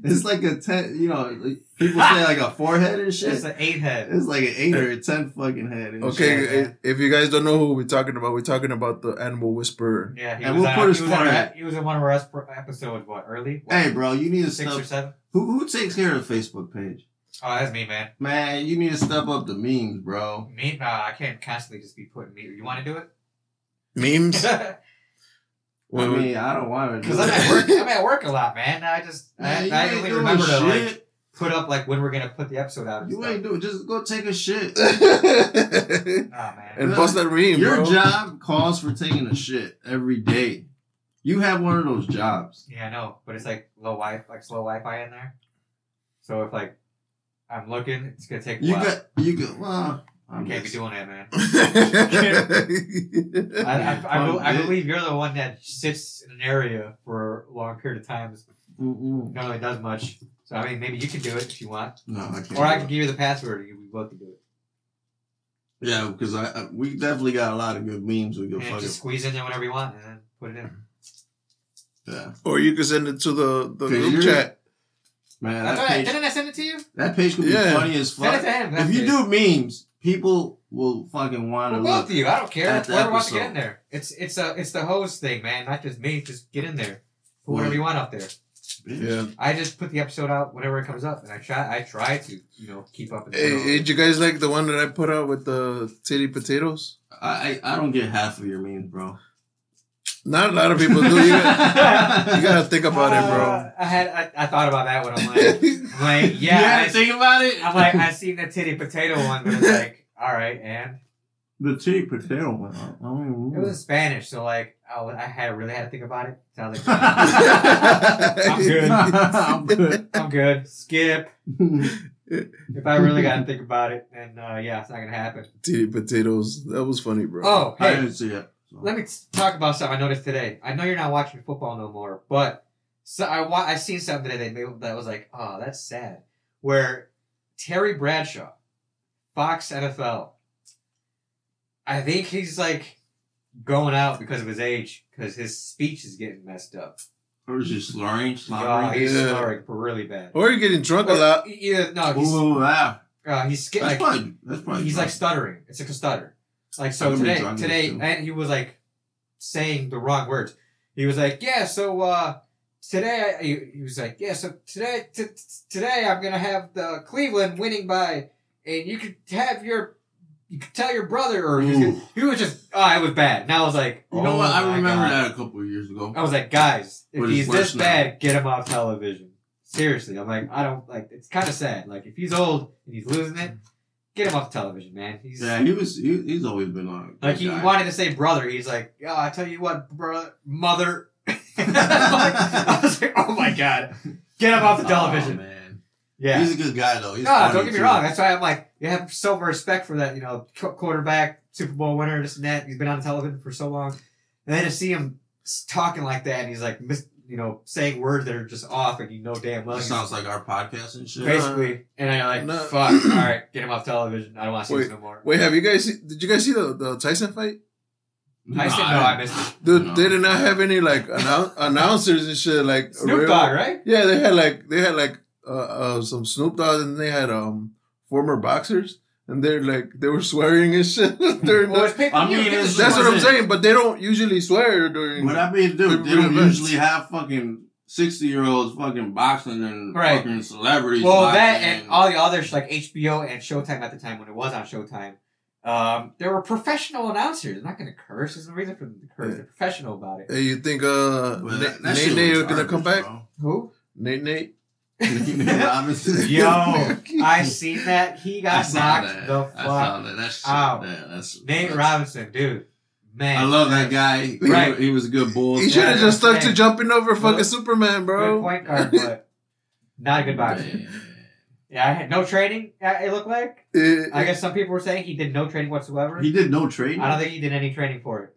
S3: it's like a ten. You know, like, people say like a forehead and shit.
S1: it's an eight head.
S3: It's like an eight or a ten fucking head. And
S2: okay,
S3: shit.
S2: i- if you guys don't know who we're talking about, we're talking about the animal whisperer.
S1: Yeah, he
S3: And
S1: was
S3: we'll
S1: on,
S3: put
S1: he
S3: his
S1: was on,
S3: forehead.
S1: he was in one of our es- episodes. What early? What,
S3: Hey, bro, you need to
S1: six
S3: step.
S1: or seven?
S3: Who who takes care of the Facebook page?
S1: Oh, that's me, man.
S3: Man, you need to step up the memes, bro.
S1: Me? Nah, I can't constantly just be putting me. You want to
S3: *laughs*
S1: do it?
S2: Memes.
S1: *laughs* Because
S3: I
S2: Well,
S3: mean, I don't want to.
S1: I'm at work. I'm at work a lot, man. I just *laughs* I,
S3: Man,
S1: I
S3: you
S1: only
S3: ain't doing
S1: remember to like
S3: shit.
S1: put up like when we're gonna put the episode out. And
S3: You
S1: stuff.
S3: ain't doing. Just go take
S1: *laughs*
S3: a shit.
S2: and
S1: Oh man.
S2: post that meme,
S3: Your
S2: bro.
S3: job calls for taking a shit every day. You have one of those jobs.
S1: Yeah, I know, but it's like low wi like slow Wi-Fi in there. So if like I'm looking, it's gonna take. A
S3: You
S1: while.
S3: got you got. Well,
S1: I
S3: I'm
S1: can't be
S3: just-
S1: doing that,
S3: *laughs*
S1: man. I
S2: That's
S1: I, I, be- I
S3: Fuck,
S1: believe you're the one that sits in an area for a long period of time.
S3: Mm-mm.
S1: Not really does much. So I mean, maybe you can do it if you want,
S3: No, I can't.
S1: or I
S3: do
S1: can
S3: it.
S1: give you the password. and you- We both can do it.
S3: Yeah, because I, I we definitely got a lot of good memes we can
S1: And
S3: fucking.
S1: just squeeze in there whenever you want, and then put it in.
S3: Yeah,
S2: *laughs* or you can send it to the, the
S3: Cause
S2: group
S3: you're-
S2: chat.
S3: man,
S1: That's
S3: that
S1: all right.
S3: page,
S1: Didn't I send it to you?
S3: that page could be
S2: Yeah.
S3: funny as
S1: Send it
S3: fuck.
S1: to him.
S3: If you
S1: That's
S3: do memes, people will fucking want to
S1: Well,
S3: look.
S1: both of you. I don't care.
S3: At the
S1: Whoever wants to get
S3: episode.
S1: in there. It's it's a it's the hose thing, man. Not just me. Just get in there. Put whatever
S3: Right.
S1: you want out there.
S3: Bitch.
S2: Yeah.
S1: I just put the episode out whenever it comes up, and I try I try to you know keep up. and-
S2: Hey, hey, did you guys like the one that I put out with the titty potatoes?
S3: I, I I don't get half of your memes, bro.
S2: Not a lot of people do. You, got,
S1: *laughs*
S3: *laughs*
S2: you gotta think about
S1: Uh, I had I, I thought about that one. I'm
S2: it,
S1: *laughs* like,
S2: bro.
S1: I'm like
S3: *laughs* you
S1: yeah.
S3: had
S1: I,
S3: to think about it.
S1: am like I seen the titty potato one, but it's like all right, and
S3: the cheap potato one. I don't even
S1: it was in Spanish, so like I, was, I had really had to think about it. So I
S3: *laughs*
S1: was like,
S3: I'm
S1: good.
S3: I'm good.
S1: I'm good. Skip. If I really got to think about it, then uh, yeah, it's not gonna happen.
S2: titty potatoes. That was funny, bro.
S1: Oh,
S3: I
S1: hey,
S3: didn't see it. so.
S1: Let me t- talk about something I noticed today. I know you're not watching football no more, but so I wa- I seen something today that- that was like, oh, that's sad. Where Terry Bradshaw, Fox NFL, I think he's like going out because of his age, because his speech is getting messed up.
S3: Or is he slurring?
S1: Oh,
S3: Slobbering?
S1: he's
S2: Yeah.
S1: slurring really bad.
S2: Or Oh, you're getting drunk a
S1: Oh.
S2: lot.
S1: Yeah, no, he's
S3: Ooh, wow.
S1: uh, he's sk-
S3: That's
S1: like,
S3: probably. That's probably.
S1: he's like
S3: drunk.
S1: stuttering. It's like a stutter. Like
S3: I
S1: so
S3: remember
S1: today,
S3: John
S1: today,
S3: Lewis, too.
S1: and he was like saying the wrong words. He was like, yeah, so uh, today, I, he, he was like, yeah, so today, t- t- today, I'm gonna have the Cleveland winning by, and you could have your, you could tell your brother, or he was,
S3: Ooh.
S1: gonna- he was just, oh, it was bad. And I was like,
S3: You know what? I
S1: oh my
S3: remember
S1: God. Oh,
S3: that a couple of years ago.
S1: I was like, guys, if
S3: What is
S1: he's
S3: worse
S1: this bad, get him off television. Seriously, I'm like, I don't like. It's kind of sad. Like, if he's old and he's losing it, get him off television, man. He's
S3: Yeah, he was. He, he's always been on.
S1: like, he
S3: guy.
S1: wanted to say brother. He's like, oh, I tell you what, brother,
S3: *laughs*
S1: mother. *laughs* I was like, oh my god, get him off the television.
S3: Oh, man.
S1: yeah.
S3: He's a good guy though. He's
S1: no, don't
S3: funny,
S1: get me
S3: too.
S1: wrong. That's why I'm like, you have so much respect for that, you know, qu- quarterback, Super Bowl winner, this and that. He's been on television for so long. And then to see him s- talking like that, and he's like, mis- you know, saying words that are just off, and you know damn well.
S3: That
S1: he's
S3: sounds like our podcast and shit.
S1: basically, and I'm like,
S2: No.
S1: fuck, all right, get him off television. I don't want to see
S2: Wait.
S1: this no more.
S2: Wait, have you guys? See, did you guys see the, the Tyson fight?
S1: I said, no, I missed it.
S2: Dude,
S3: No.
S2: they did not have any like annou- announcers and shit. Like
S1: Snoop
S2: real-
S1: Dogg, right?
S2: Yeah, they had like they had like uh, uh some Snoop Dogg and they had um former boxers and they're like they were swearing and shit *laughs* during
S1: Well,
S2: the,
S1: it's pay-per-view.
S3: I mean,
S1: Give
S3: it's-
S1: us
S2: That's
S1: the-
S2: what I'm saying, but they don't usually swear during.
S3: What I mean, dude, they
S2: Real
S3: don't
S2: events.
S3: usually have fucking sixty year olds fucking boxing and
S1: Right.
S3: fucking celebrities.
S1: Well,
S3: boxing
S1: that and all the others like HBO and Showtime at the time when it was on Showtime, um, there were professional announcers. I'm not going to curse. There's no reason for them to curse.
S2: Yeah.
S1: They're professional about it.
S2: Hey, you think uh
S3: But
S2: Nate
S3: that- that shit
S2: Nate Nate
S3: was
S2: are gonna come
S3: garbage,
S2: back? *laughs*
S3: bro. *laughs*
S1: *laughs* Who?
S2: Nate Nate. *laughs*
S3: Nate Robinson.
S1: Yo, I seen that he
S3: I
S1: got
S3: saw
S1: knocked
S3: that.
S1: the
S3: I saw
S1: fuck.
S3: that. That's
S1: out.
S3: That's
S1: Nate
S3: that's-
S1: Robinson, dude, man,
S3: I love that guy. He-
S1: Right.
S3: He, was a good bull.
S2: He should have
S1: Yeah,
S2: just stuck to
S1: same.
S2: jumping over fucking
S1: Well,
S2: Superman,
S1: good
S2: bro.
S1: point guard, but not a good boxer.
S3: Man.
S1: Yeah, I had no training. uh, It looked like.
S2: Eh,
S1: I guess some people were saying he did no training whatsoever.
S3: He did no trade.
S1: I don't think he did any training for it.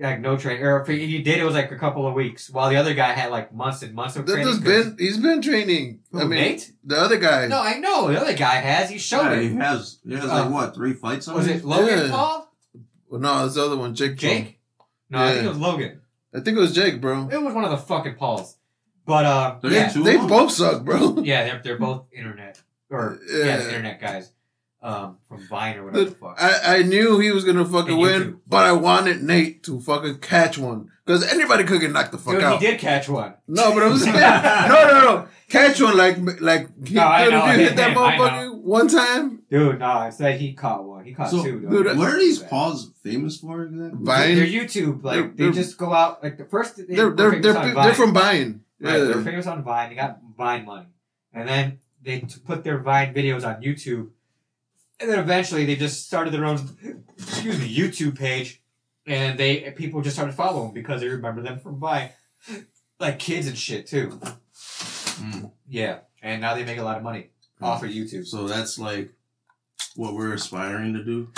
S1: Like no training, or if he did, it was like a couple of weeks. While the other guy had like months and months of
S2: That
S1: training.
S2: has
S1: 'cause-
S2: been he's been training. I
S1: Who,
S2: mean,
S1: Nate?
S2: the other guy.
S1: No, I know the other guy has. He showed
S3: Yeah, he
S1: it.
S3: has. He has
S1: Uh,
S3: like what three fights on
S1: Was
S3: him?
S1: it Logan
S2: Yeah.
S1: Paul?
S2: Well, no, it's the other one, Jake. Paul.
S1: Jake? No, I think it
S2: Yeah.
S1: was Logan.
S2: I think it was Jake, bro.
S1: It was one of the fucking Pauls. But um,
S3: There
S1: yeah,
S3: ain't two
S2: They
S3: of 'em?
S2: both suck, bro.
S1: yeah, they're they're both internet or yeah,
S2: Yeah.
S1: the internet guys um from Vine or whatever
S2: The-
S1: the fuck.
S2: *laughs* I, I knew he was gonna fucking
S1: And you
S2: win,
S1: too.
S2: but I wanted Nate to fucking catch one because anybody could get knocked the fuck
S1: Dude,
S2: out.
S1: he did catch one.
S2: No, but
S1: *laughs*
S2: I'm saying no, no, no. Catch one like like he,
S1: No, I
S2: dude,
S1: know,
S2: if
S1: I
S2: you hit that
S1: know, I
S2: motherfucker one time.
S1: Dude, no, I said he caught one. He caught
S3: So,
S1: two. Dude,
S2: dude,
S3: What are these Pauls famous for exactly?
S2: Vine.
S1: They're YouTube. Like
S2: They're-
S1: they just go out. Like the first, they
S2: They're
S1: were
S2: they're
S1: famous
S2: they're,
S1: on
S2: they're,
S1: Vine.
S2: from buying.
S1: Right,
S2: Yeah.
S1: they're famous on Vine. They got Vine money, and then they t- put their Vine videos on YouTube, and then eventually they just started their own, excuse me, YouTube page, and they people just started following them because they remember them from Vine, like kids and shit too.
S3: Mm.
S1: Yeah, and now they make a lot of money
S3: Hmm.
S1: off of YouTube.
S3: So that's like what we're aspiring to do.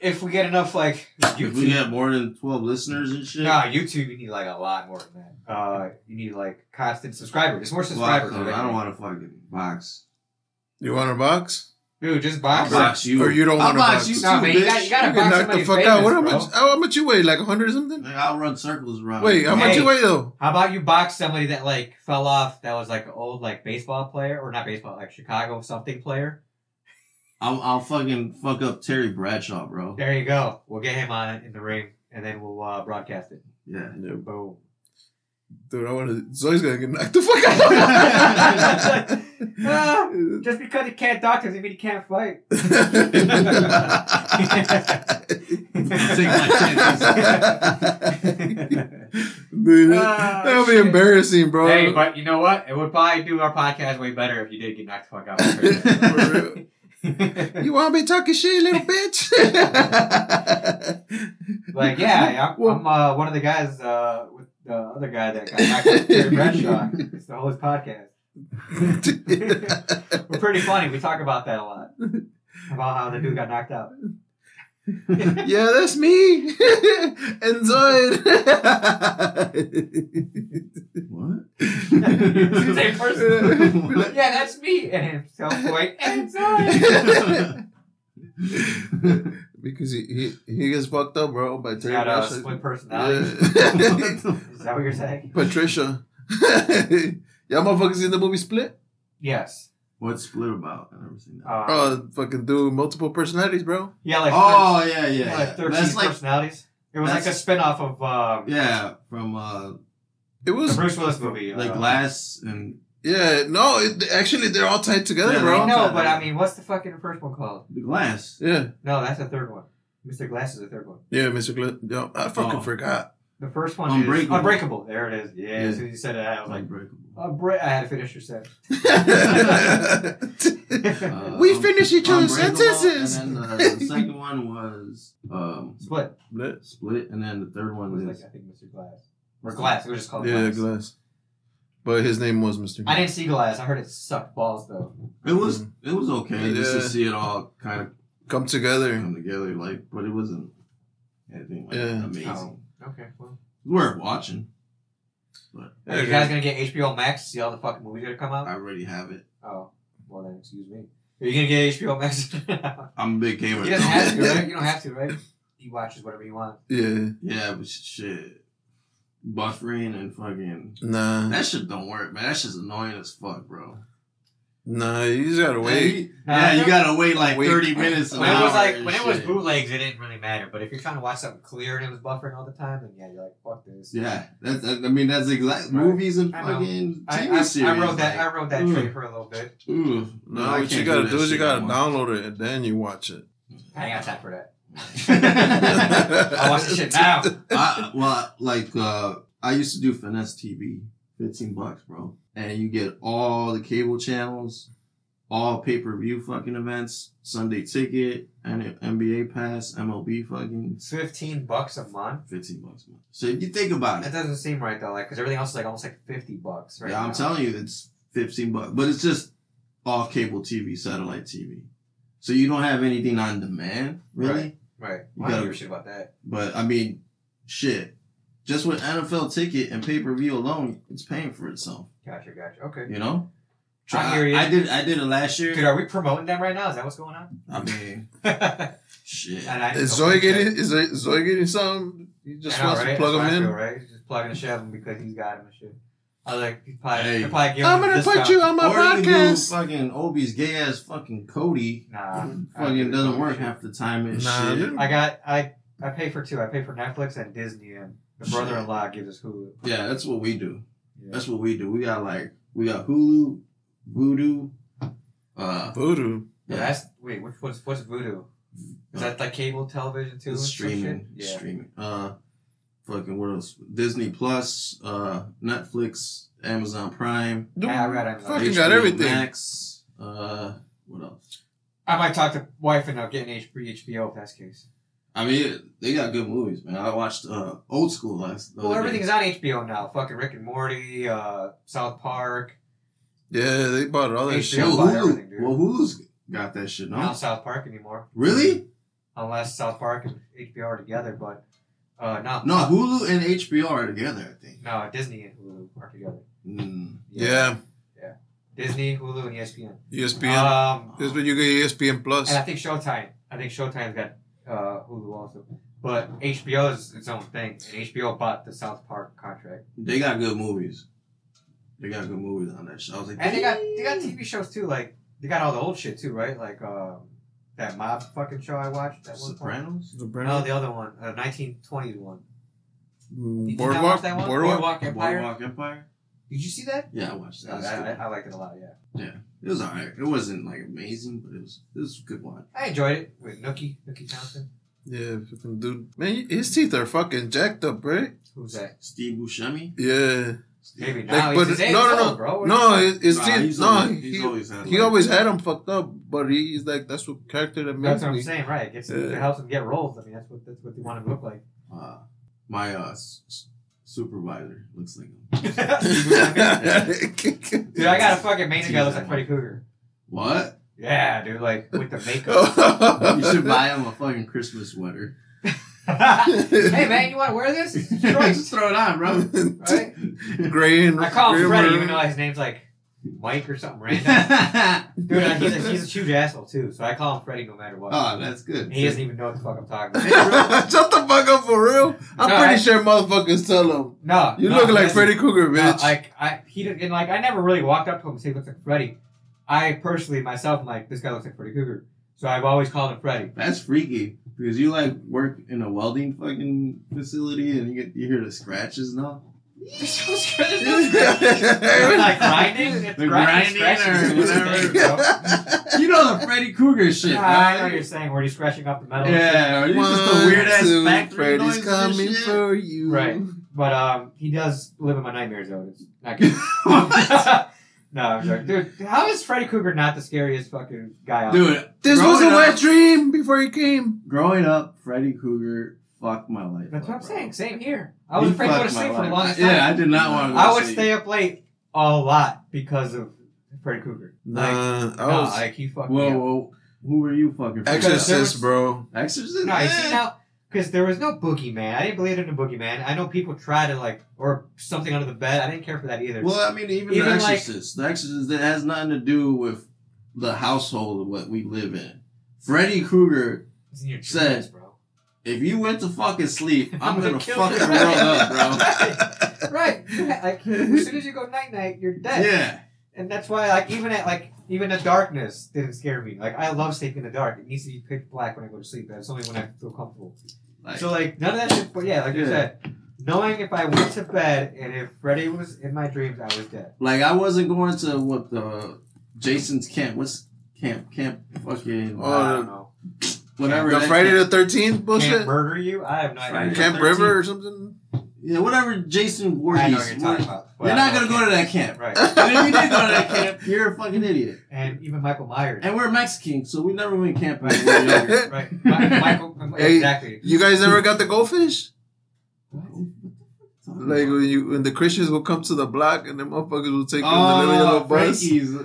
S1: If we get enough like
S3: If we
S1: YouTube,
S3: have more than twelve listeners and shit.
S1: nah, YouTube, you need like a lot more than that. Uh, you need like constant subscribers. It's more
S3: Fuck,
S1: subscribers.
S3: no, I
S1: already.
S3: don't want to fucking box.
S2: You want a box?
S1: Dude, just
S3: I'll
S1: box. it.
S3: box you.
S2: Or you don't
S3: I'll
S2: wanna
S3: box,
S2: box.
S3: you too,
S1: Nah, man, you got-
S3: bitch.
S1: you gotta
S2: You get
S1: box
S2: knocked the
S1: somebody
S2: fuck
S1: famous,
S2: out. What how
S1: bro.
S2: much? How, how much you weigh? Like hundred or something?
S3: Like, I'll run circles around.
S2: Wait,
S3: you.
S2: how much
S1: Hey.
S2: you weigh though?
S1: How about you box somebody that like fell off that was like an old like baseball player or not baseball like Chicago something player?
S3: I'll, I'll fucking fuck up Terry Bradshaw, bro.
S1: There you go. We'll get him on in the ring and then we'll uh, broadcast it.
S3: Yeah.
S1: Boom. *laughs*
S2: Dude, I want to. Zoe's gonna get knocked the fuck out.
S1: Ah, Just because he can't dodge doesn't mean he can't fight.
S3: Take my
S2: Dude,
S1: Ah,
S2: *laughs* that would be
S1: shit.
S2: embarrassing, bro.
S1: hey, but you know what? It would probably do our podcast way better if you did get knocked the fuck out.
S2: For real. *laughs* you want to be talking shit, little
S1: *laughs*
S2: bitch?
S3: *laughs*
S1: like yeah, I'm,
S2: Well-
S1: I'm uh, one of the guys uh, with the other guy that got knocked out,
S3: *laughs*
S1: Terry Bradshaw. It's the whole podcast. We're pretty funny. We talk about that a lot. About how the dude got knocked out.
S2: yeah, that's me. *laughs* and Zoid.
S3: What?
S1: Same person. yeah, that's me. *laughs* And himself
S3: *laughs*
S1: point. And Zoe.
S2: because he, he he gets fucked up, bro, by Terry
S1: Got a
S2: Bradshaw.
S1: split personality.
S2: Yeah.
S3: *laughs*
S1: Is that what you're saying?
S2: Patricia. *laughs* Y'all motherfuckers seen the movie Split?
S1: Yes.
S3: What's split about? I never seen that.
S1: Uh,
S2: Oh, fucking do multiple personalities, bro.
S1: yeah, like,
S3: oh yeah,
S1: thir-
S3: yeah.
S1: like 13
S3: That's like
S1: personalities. It was like a
S3: that's-
S1: spin-off of um,
S3: yeah, from uh,
S2: It
S1: the
S2: was
S1: Bruce Willis movie.
S3: like
S1: uh,
S3: Glass and
S2: yeah, no, it, actually they're all tied together,
S3: Yeah,
S1: I
S2: bro.
S1: know, but I mean, what's the fucking first one called?
S3: the Glass.
S2: Yeah,
S1: No, that's the third one. Mr. Glass is the third one.
S2: yeah, Mr. Glenn. Yo, I fucking
S3: Oh. *laughs*
S2: forgot. *laughs*
S1: The first one
S3: Unbreakable. Mm-hmm.
S1: is Unbreakable. There it is. Yeah,
S2: Yeah.
S1: as soon as you said that, I was like,
S3: Unbreakable.
S1: Unbra- I had to finish your set.
S3: Uh,
S2: *laughs* We finished each other's
S3: Unbreakable,
S2: sentences.
S3: And then uh, the second one was
S2: *laughs*
S3: um,
S1: Split.
S2: Split.
S3: split, and then the third
S1: It was
S3: one
S1: like,
S3: is
S1: I think Mr. Glass. Or Glass. It was just called
S2: yeah,
S1: Glass.
S2: glass. But his name was Mr.
S1: I didn't see Glass. I heard it sucked balls, though.
S3: it was it was okay just to
S2: Yeah.
S3: see it all kind of
S2: Come together.
S3: come together, like, but it wasn't anything like
S2: Yeah.
S3: amazing.
S1: Oh, okay. Well.
S3: It's worth watching.
S1: Are you guys going to get HBO Max to see all the fucking movies that are come out?
S3: I already have it.
S1: Oh, well then, excuse me. Are you going to get HBO Max? *laughs* you
S3: I'm a big gamer.
S1: don't have to, right? You don't have to, right? He watches whatever you want.
S2: Yeah,
S3: *laughs* Yeah, but shit. Buffering and fucking
S2: nah.
S3: that shit don't work, man. That shit's annoying as fuck, bro.
S2: Nah, you just gotta wait.
S3: Wait. Yeah, you gotta wait like
S2: Wait.
S3: 30 minutes. an
S1: When it was
S3: hour
S1: like
S3: and
S1: when it was
S3: shit.
S1: bootlegs, it didn't really matter. But if you're trying to watch something clear and it was buffering all the time, then yeah, you're like, fuck this.
S3: Yeah, that's. that, I mean, that's exact
S1: Right.
S3: movies and
S1: I know.
S3: fucking
S1: I,
S3: TV
S1: I,
S3: series.
S1: I wrote that.
S3: Like,
S1: I wrote that
S3: ooh.
S1: trade for a little bit.
S3: ooh,
S2: No,
S3: I
S2: what
S3: can't
S2: you gotta
S3: that
S2: do is you
S3: shit
S2: gotta
S3: anymore.
S2: download it and then you watch it.
S1: I ain't got
S3: *laughs*
S1: time for that.
S2: I
S1: I watch the shit now.
S3: I, well, like uh, I used to do finesse TV, fifteen bucks, bro, and you get all the cable channels, all pay per view fucking events, Sunday ticket, and NBA pass, MLB fucking
S1: Fifteen bucks a month.
S3: fifteen bucks. Man. So if you think about
S1: That
S3: it,
S1: doesn't seem right though, like because everything else is like almost like fifty bucks right
S3: yeah, I'm
S1: now.
S3: telling you, it's fifteen bucks, but it's just all cable TV, satellite TV. So you don't have anything on demand, really.
S1: Right. Right.
S3: You
S1: I don't
S3: gotta-
S1: give a shit about that.
S3: But I mean, shit. Just with NFL ticket and pay per view alone, it's paying for itself.
S1: Gotcha, gotcha. Okay.
S3: You know.
S1: I hear you.
S3: I did. I did it last year.
S1: Dude, are we promoting them right now? Is that what's going on? *laughs*
S3: I mean,
S1: and
S3: shit.
S1: I
S2: Is
S1: don't
S2: Zoe
S1: think that-
S2: getting is it- is Zoe getting something? He just
S1: I know,
S2: wants
S1: right?
S2: to plug him
S1: That's what I
S2: in.
S1: feel, right? He's just plugging and shoving because he's got him and shit. I was like, he's probably,
S3: Hey.
S1: they're probably giving
S2: I'm
S1: him
S2: gonna
S1: this
S2: put
S1: stuff.
S2: you on my
S3: or you can do
S2: podcast.
S3: fucking Obi's gay ass fucking Cody.
S1: Nah, I don't
S3: Fucking
S1: do
S3: doesn't
S1: that
S3: work
S1: shit.
S3: half the time and
S2: Nah,
S3: shit.
S2: dude.
S1: I got I I pay for two. I pay for Netflix and Disney, and the
S3: Shit.
S1: brother-in-law gives us Hulu.
S3: Yeah, that's what we do.
S1: Yeah.
S3: That's what we do. We got like we got Hulu, Voodoo. Uh,
S2: Voodoo.
S1: But That's wait, which what's what's Voodoo? Is that like cable television too? and
S3: It's
S1: some shit?
S3: streaming,
S1: Yeah.
S3: streaming. Uh, fucking what else? Disney Plus, uh, Netflix, Amazon Prime,
S2: Dude,
S1: Yeah, I read it.
S2: Fucking
S3: HBO
S2: got everything.
S3: Max. Uh, what else?
S1: I might talk to wife and I'll get an HP, HBO if that's the case.
S3: I mean, it- they got good movies, man. I watched uh, Old School last. the
S1: Well,
S3: other day.
S1: everything's on HBO now. Fucking Rick and Morty, uh, South Park.
S2: Yeah, they bought all that
S1: Hey,
S2: shit.
S3: Yo,
S1: They'll buy everything,
S3: Hulu.
S1: dude.
S3: Well, Hulu's got that shit, no?
S1: Not South Park anymore,
S3: Really?
S1: unless South Park and HBO are together. But uh, no,
S3: No, Hulu and HBO are together, I think.
S1: no, Disney and Hulu are together.
S3: Mm.
S2: Yeah, E
S1: Disney, Hulu, and E
S3: E
S1: ESPN.
S2: ESPN.
S1: Um,
S2: That's when you get E ESPN Plus.
S1: and I think Showtime. I think Showtime's got uh, Hulu also, but HBO is its own thing. And HBO bought the South Park contract,
S3: They got good movies. They got good movies on that shit. I was like,
S1: and they got they got
S3: "Damn."
S1: TV shows too. Like they got all the old shit too, right? Like um, that mob fucking show I watched at one point.
S3: Sopranos.
S2: The
S1: No,
S2: brand-
S1: the other one, uh, 1920s one. You
S2: Mm,
S1: did not watch
S2: Boardwalk.
S1: that one?
S2: Boardwalk.
S1: Empire.
S3: Boardwalk Empire.
S1: Did you see that?
S3: Yeah, I watched that.
S1: No,
S3: It was
S1: that- I,
S3: good.
S1: I liked it a lot. Yeah,
S3: It was alright. It wasn't like amazing, but it was it was a good one.
S1: I enjoyed it with Nookie, Nookie Thompson.
S2: Yeah, fucking dude. Man, his teeth are fucking jacked up, right?
S1: Who's that?
S3: Steve Buscemi.
S2: Yeah.
S1: Maybe
S3: Steve-
S1: now.
S2: Like,
S1: he's
S2: but-
S1: his age
S2: no, no,
S1: old, bro. What
S2: No,
S1: are you-
S2: his, his
S3: Nah,
S2: teeth.
S3: he's
S2: no,
S3: always,
S2: he,
S3: he's always had.
S2: he
S3: like-
S2: always had him fucked up, but he, he's like that's what character that
S1: that's
S2: makes
S1: what I'm
S2: me.
S1: saying, right? It, gets, it
S2: Yeah.
S1: helps him get roles. I mean, that's what that's what they want him to look like.
S3: Uh, my uh, s- s- supervisor looks like him.
S2: *laughs*
S1: dude, I got a fucking main guy that looks like Freddy Cougar.
S3: What?
S1: Yeah, dude, like with the makeup.
S2: *laughs*
S1: *laughs*
S2: Oh.
S3: *laughs* You should buy him a fucking Christmas sweater.
S1: hey man, you want to wear this?
S3: *laughs* Just
S1: *laughs* Christ,
S3: throw it on, bro.
S1: right?
S2: Gray and
S1: I call him
S2: gray
S1: Freddy,
S2: maroon.
S1: even though his name's like Mike or something random.
S2: *laughs*
S3: *laughs* oh,
S1: Dude, like, he's a, he's a huge asshole too, so I call him Freddy no matter what.
S2: Ah,
S3: Ah, that's good.
S1: he doesn't even know what the fuck I'm talking about.
S2: *laughs*
S1: *laughs*
S2: Shut the fuck up for real. I'm
S1: No,
S2: pretty
S1: I-
S2: sure motherfuckers tell him
S1: No,
S2: you
S1: no,
S2: look like
S1: listen.
S2: Freddy Cougar,
S1: No,
S2: bitch. *laughs*
S1: Uh, like I, he didn't, and like I never really walked up to him and said he looks like Freddy. I personally myself am like this guy looks like Freddy Cougar, so I've always called him Freddy.
S3: That's freaky because you like work in a welding fucking facility and you get you hear the scratches now.
S1: There's no scratch- there's no scratch. It's like grinding, it's
S3: The
S1: grinding, *laughs*
S3: grinding
S1: scratches.
S3: or whatever.
S1: Bro.
S3: *laughs* You know the Freddy Krueger shit.
S1: Yeah, I know what
S3: right?
S1: you're saying where he's scratching up the metal. and shit.
S3: Yeah, or you just the weird ass
S2: two,
S3: factory
S2: Freddy's
S3: noises and
S2: coming
S3: shit.
S2: for you.
S1: Right. But um, he does live in my nightmares though. It's not good.
S3: *laughs*
S1: *laughs*
S3: What?
S1: no, I'm joking. dude. How is Freddy Cougar not the scariest fucking guy out? there?
S3: Dude,
S2: This was a
S3: Growing
S2: wet
S3: up-
S2: dream before he came.
S3: growing up, Freddy Krueger fucked my life.
S1: that's what
S3: up,
S1: I'm
S3: bro.
S1: saying. Same here. I was
S3: He
S1: afraid to go to
S3: fucked my
S1: sleep for the
S3: life.
S1: longest time.
S3: Yeah, I did not want to. Go
S1: I
S3: to
S1: would
S3: sleep.
S1: stay up late a lot because of Freddy Krueger. Like,
S2: Nah, I
S1: no,
S2: was
S1: like he fucking.
S3: Whoa, whoa, who were you fucking?
S1: Exorcist, there was-
S2: Exorcist, bro.
S3: Exorcist.
S1: No, you see
S3: Eh.
S1: now because there was no boogeyman. I didn't believe in the boogeyman. I know people try to like or something under the bed. I didn't care for that either.
S3: Well, I mean, even,
S1: Even,
S3: the
S1: like-
S3: Exorcist. the Exorcist that has nothing to do with the household of what we live in. Freddy Krueger,
S1: it's in your
S3: said-
S1: dreams, bro.
S3: if you went to fucking
S1: *laughs*
S3: sleep, I'm,
S1: I'm
S3: gonna,
S1: gonna
S3: fuck
S1: kill
S3: fucking
S1: you.
S3: world up, bro.
S1: *laughs*
S2: *laughs*
S3: *laughs*
S1: Right, like as soon as you go night night, you're dead.
S3: yeah.
S1: and that's why like even at like even the darkness didn't scare me. Like I love sleeping in the dark. It needs to be pitch black when I go to sleep. That's only when I feel comfortable.
S2: Like,
S1: so like none of that shit. But yeah, like you
S3: Yeah.
S1: said, knowing if I went to bed and if Freddy was in my dreams, I was dead.
S3: Like I wasn't going to what the Jason's camp. What's camp? Camp fucking uh,
S2: Oh,
S1: I don't know.
S3: whatever.
S2: the
S3: that
S2: Friday
S3: camp-
S2: the Thirteenth
S3: Oh,
S2: bullshit,
S1: Can't murder you. I have no idea.
S3: Friday
S2: Camp
S3: 13th.
S2: River or something.
S3: yeah, whatever. Jason
S1: I
S3: Voorhees.
S1: know what you're talking about.
S3: You're not gonna go to that camp.
S1: Right.
S3: And if you did go
S1: *laughs*
S3: to that camp, you're a fucking idiot.
S1: And even Michael Myers.
S3: And we're Mexican, so we never went camping. *laughs* when we were younger. *laughs*
S1: right. Mi- Michael. *laughs*
S2: Hey.
S1: Exactly.
S2: You guys ever got the goldfish?
S3: What?
S2: Like when you when the Christians will come to the block and the motherfuckers will take
S3: Oh,
S2: them in the little yellow bus.
S3: Ah, Frankie's,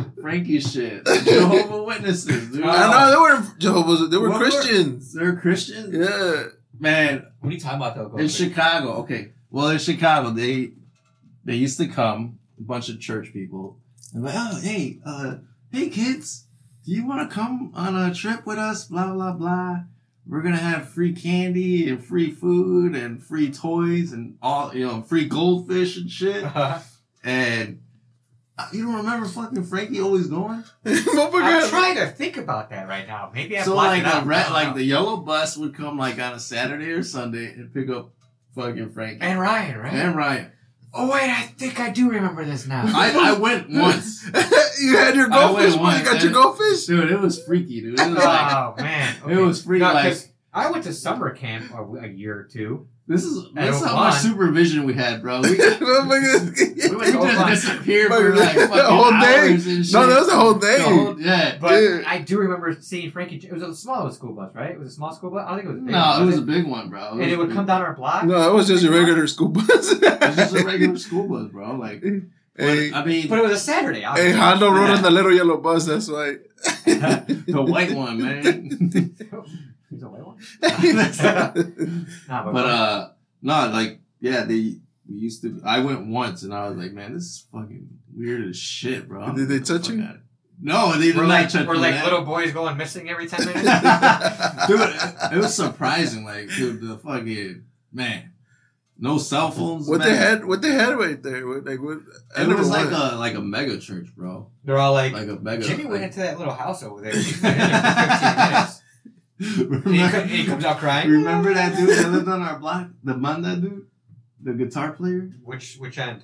S2: *laughs*
S3: Frankie's shit. Jehovah Witnesses, dude.
S2: I know they were Jehovah's. They were
S3: What were-
S2: Christians.
S3: They're Christians?
S2: Yeah. *laughs*
S3: Man,
S1: What are you talking about though?
S3: in
S1: Goldfish?
S3: Chicago, okay. Well, in Chicago, they they used to come, a bunch of church people, and like, oh, hey, uh, hey, kids, do you want to come on a trip with us? Blah blah blah. We're gonna have free candy and free food and free toys and all you know, free goldfish
S2: *laughs*
S3: and shit.
S1: Uh-huh.
S3: *laughs* And uh, you don't remember fucking Frankie always going?
S2: Motherfucker
S1: I'm
S2: had-
S1: trying to think about that right now. Maybe I'm
S3: so like the red,
S1: rat,
S3: like the yellow bus would come like on a Saturday or Sunday and pick up fucking Frankie
S1: and Ryan, right?
S3: and Ryan.
S1: Oh wait, I think I do remember this now.
S3: I, I
S2: *laughs*
S3: went once.
S2: *laughs* you had your
S3: I
S2: goldfish, but
S3: went
S2: you
S3: once,
S2: got your
S3: dude.
S2: goldfish.
S3: Dude, it was freaky, dude. It was
S1: *laughs*
S3: like,
S1: oh man,
S3: *laughs* it was freaky.
S1: No,
S3: like
S1: 'cause I went to summer camp a, a year or two.
S3: this is
S1: I
S3: this is
S1: don't
S3: how much
S1: want-
S3: supervision we had,
S2: *laughs*
S3: bro. We, we just
S1: *laughs*
S2: Motherfucker-
S1: Hold on.
S3: disappeared for
S2: Fuck,
S3: like
S2: the
S3: fucking
S2: whole day.
S3: hours and shit.
S2: no, that was the whole day.
S3: The whole- yeah.
S1: But
S2: Dude.
S1: I do remember seeing Frankie. It was a small school bus, right? It was a small school bus. I don't think it was. a big
S3: No,
S1: one,
S3: it was a
S1: it?
S3: big one, bro.
S1: and it would come down our block.
S2: no, it was just a regular school bus.
S3: It was just a regular school bus, bro. Like,
S2: *laughs* hey,
S3: I mean, *laughs*
S1: But it was a Saturday.
S2: hey,
S1: obviously. *laughs*
S2: Hondo rode on the little yellow bus. That's *laughs* why.
S3: the white
S1: *laughs*
S3: one, man.
S1: There's a white one. Nah, but,
S3: but uh, no, like, yeah, they we used to. I went once, and I was like, man, this is fucking weird as shit, bro. I'm
S2: Did they
S3: gonna
S2: touch
S3: fuck
S2: you?
S3: out of- No, they did
S1: we're
S3: not
S1: like
S3: touch
S1: we're
S3: me,
S1: like
S2: *laughs*
S3: man.
S1: little boys going missing every ten minutes. *laughs*
S3: *laughs* dude, it, it was surprising. Like, dude, the fucking man, no cell phones.
S2: what
S3: man.
S2: they had, what they had right there. What, like, what, I
S3: It
S2: never
S3: was like
S2: went.
S3: a like a mega church, bro.
S1: They're all like,
S3: Like a mega.
S1: Jimmy went
S3: like,
S1: into that little house over
S3: *laughs*
S1: there. *laughs* He's been in there for 15 minutes. And he, co- and he comes out crying.
S3: *laughs* Remember that dude that lived on our block, the Manda dude, the guitar player,
S1: Which which end?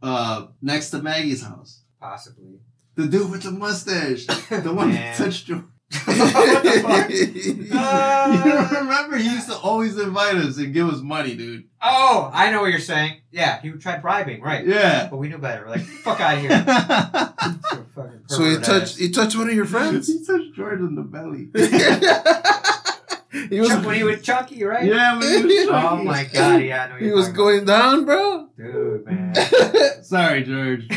S3: uh, next to Maggie's house.
S2: *laughs*
S1: Possibly.
S3: The dude with the mustache, the one that
S1: Man. *laughs*
S3: touched your. *laughs*
S1: What the fuck?
S3: you
S1: Uh,
S3: don't remember? He used to always invite us and give us money, dude.
S1: oh, I know what you're saying. Yeah, he tried bribing, right? *laughs*
S3: Yeah.
S1: But we knew better. We're like, fuck out
S2: *laughs*
S1: of here.
S3: he
S1: So fucking
S2: so he
S1: pervert
S2: touched,
S1: ass.
S2: he touched one of your
S3: *laughs*
S2: friends. *laughs*
S3: touched Jordan in the belly.
S2: he was,
S1: Chuck- when he was chunky, right?
S3: *laughs* yeah, when he was
S1: Oh
S3: chunky.
S1: my god, yeah, I know what
S2: he
S1: you're
S2: was
S1: talking
S2: going down, bro. *laughs*
S1: about. Dude, man. *laughs*
S3: Sorry, George.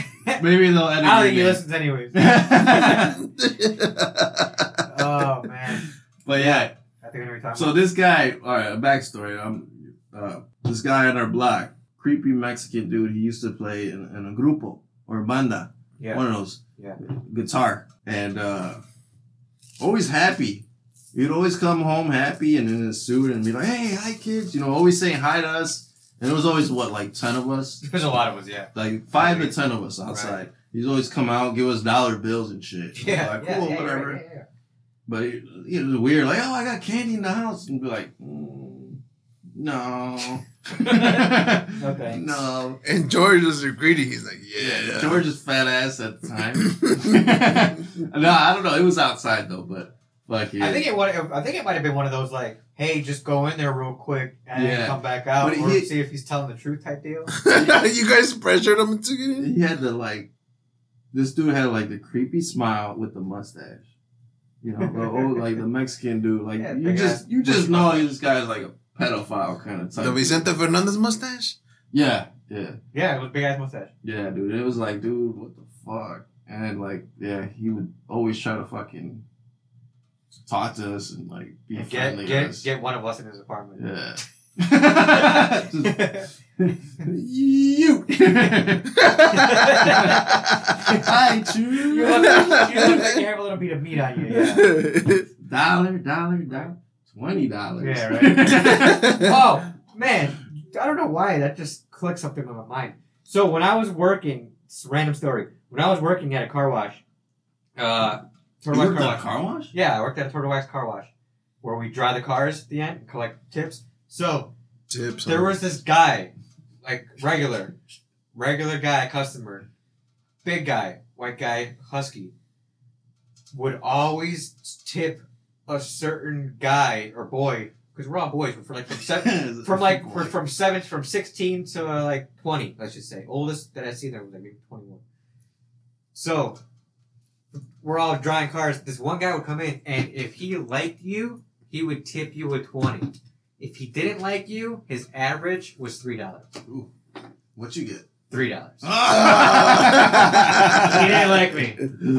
S3: Maybe they'll edit.
S1: I don't think he
S3: your
S1: listens anyways.
S3: name.
S1: *laughs* Oh man.
S3: *laughs* but yeah,
S1: I think I know what you're talking
S3: so
S1: about.
S3: this guy. All right, a backstory. Um, uh, this guy on our block, creepy Mexican dude. He used to play in, in a grupo or banda,
S1: Yeah.
S3: one of those.
S1: Yeah.
S3: Guitar and uh, always happy. He'd always come home happy and in his suit and be like, "Hey, hi kids," you know, always saying hi to us. And it was always what like ten of us.
S1: There's a lot of us, yeah.
S3: like five to ten of us outside.
S1: Right.
S3: He's always come out, give us dollar bills and shit.
S1: *laughs* Yeah,
S3: like,
S1: yeah,
S3: cool,
S1: yeah, you're
S3: whatever.
S1: right, yeah, yeah.
S3: But it, it was weird. Like, oh, I got candy in the house, and be like, mm,
S1: *laughs*
S3: no,
S1: Okay.
S3: *laughs* no.
S2: and George was greedy. He's like, yeah.
S3: Yeah, George's fat ass at the time. no, I don't know. It was outside though, but fuck yeah.
S1: I think it would, I think it might have been one of those like, hey, just go in there real quick and
S3: Yeah.
S1: then come back out
S3: But
S1: or
S3: he-
S1: see if he's telling the truth type deal.
S2: *laughs* you guys pressured him into getting
S3: *laughs* he had the like. This dude had like the creepy smile with the mustache. You know, the old, like the Mexican dude. Like
S1: Yeah,
S3: you
S1: big
S3: just
S1: ass
S3: you just
S1: bushy
S3: know
S1: mustache.
S3: this guy's like a pedophile kind of type.
S2: the Vicente Fernandez *laughs*
S3: *laughs*
S2: mustache.
S3: Yeah, yeah,
S1: Yeah, it was big ass mustache.
S3: yeah, dude. It was like, dude, what the fuck? And like, yeah, he would always try to fucking talk to us and like be
S1: And
S3: friendly
S1: get
S3: with
S1: get
S3: us.
S1: get one of us in his apartment.
S3: yeah.
S1: *laughs*
S3: *laughs* Just, you. I *laughs* choose.
S1: you look like you, look like you have a little bit of meat on you. Yeah.
S3: Dollar, dollar, dollar. Twenty dollars.
S1: Yeah, right.
S3: *laughs*
S1: Oh man, I don't know why that just clicked something in my mind. So when I was working s- random story. When I was working at a car wash, uh,
S3: You
S1: Turtle Wax
S3: worked
S1: car
S3: at a
S1: wash.
S3: car wash?
S1: Yeah, I worked at a Turtle Wax car wash where we dry the cars at the end and collect tips. So
S2: *laughs* Tips.
S1: there
S2: huh?
S1: was this guy, like regular, regular guy customer, big guy, white guy, husky, would always tip a certain guy or boy because we're all boys, but for like from seven, from like for, from seven from sixteen to uh, like twenty, let's just say oldest that I see there was like maybe twenty one. So we're all drawing cars. This one guy would come in, and if he liked you, he would tip you a twenty. If he didn't like you, his average was three dollars. *laughs*
S3: what you get?
S1: Three dollars. he didn't
S3: oh,
S1: like me.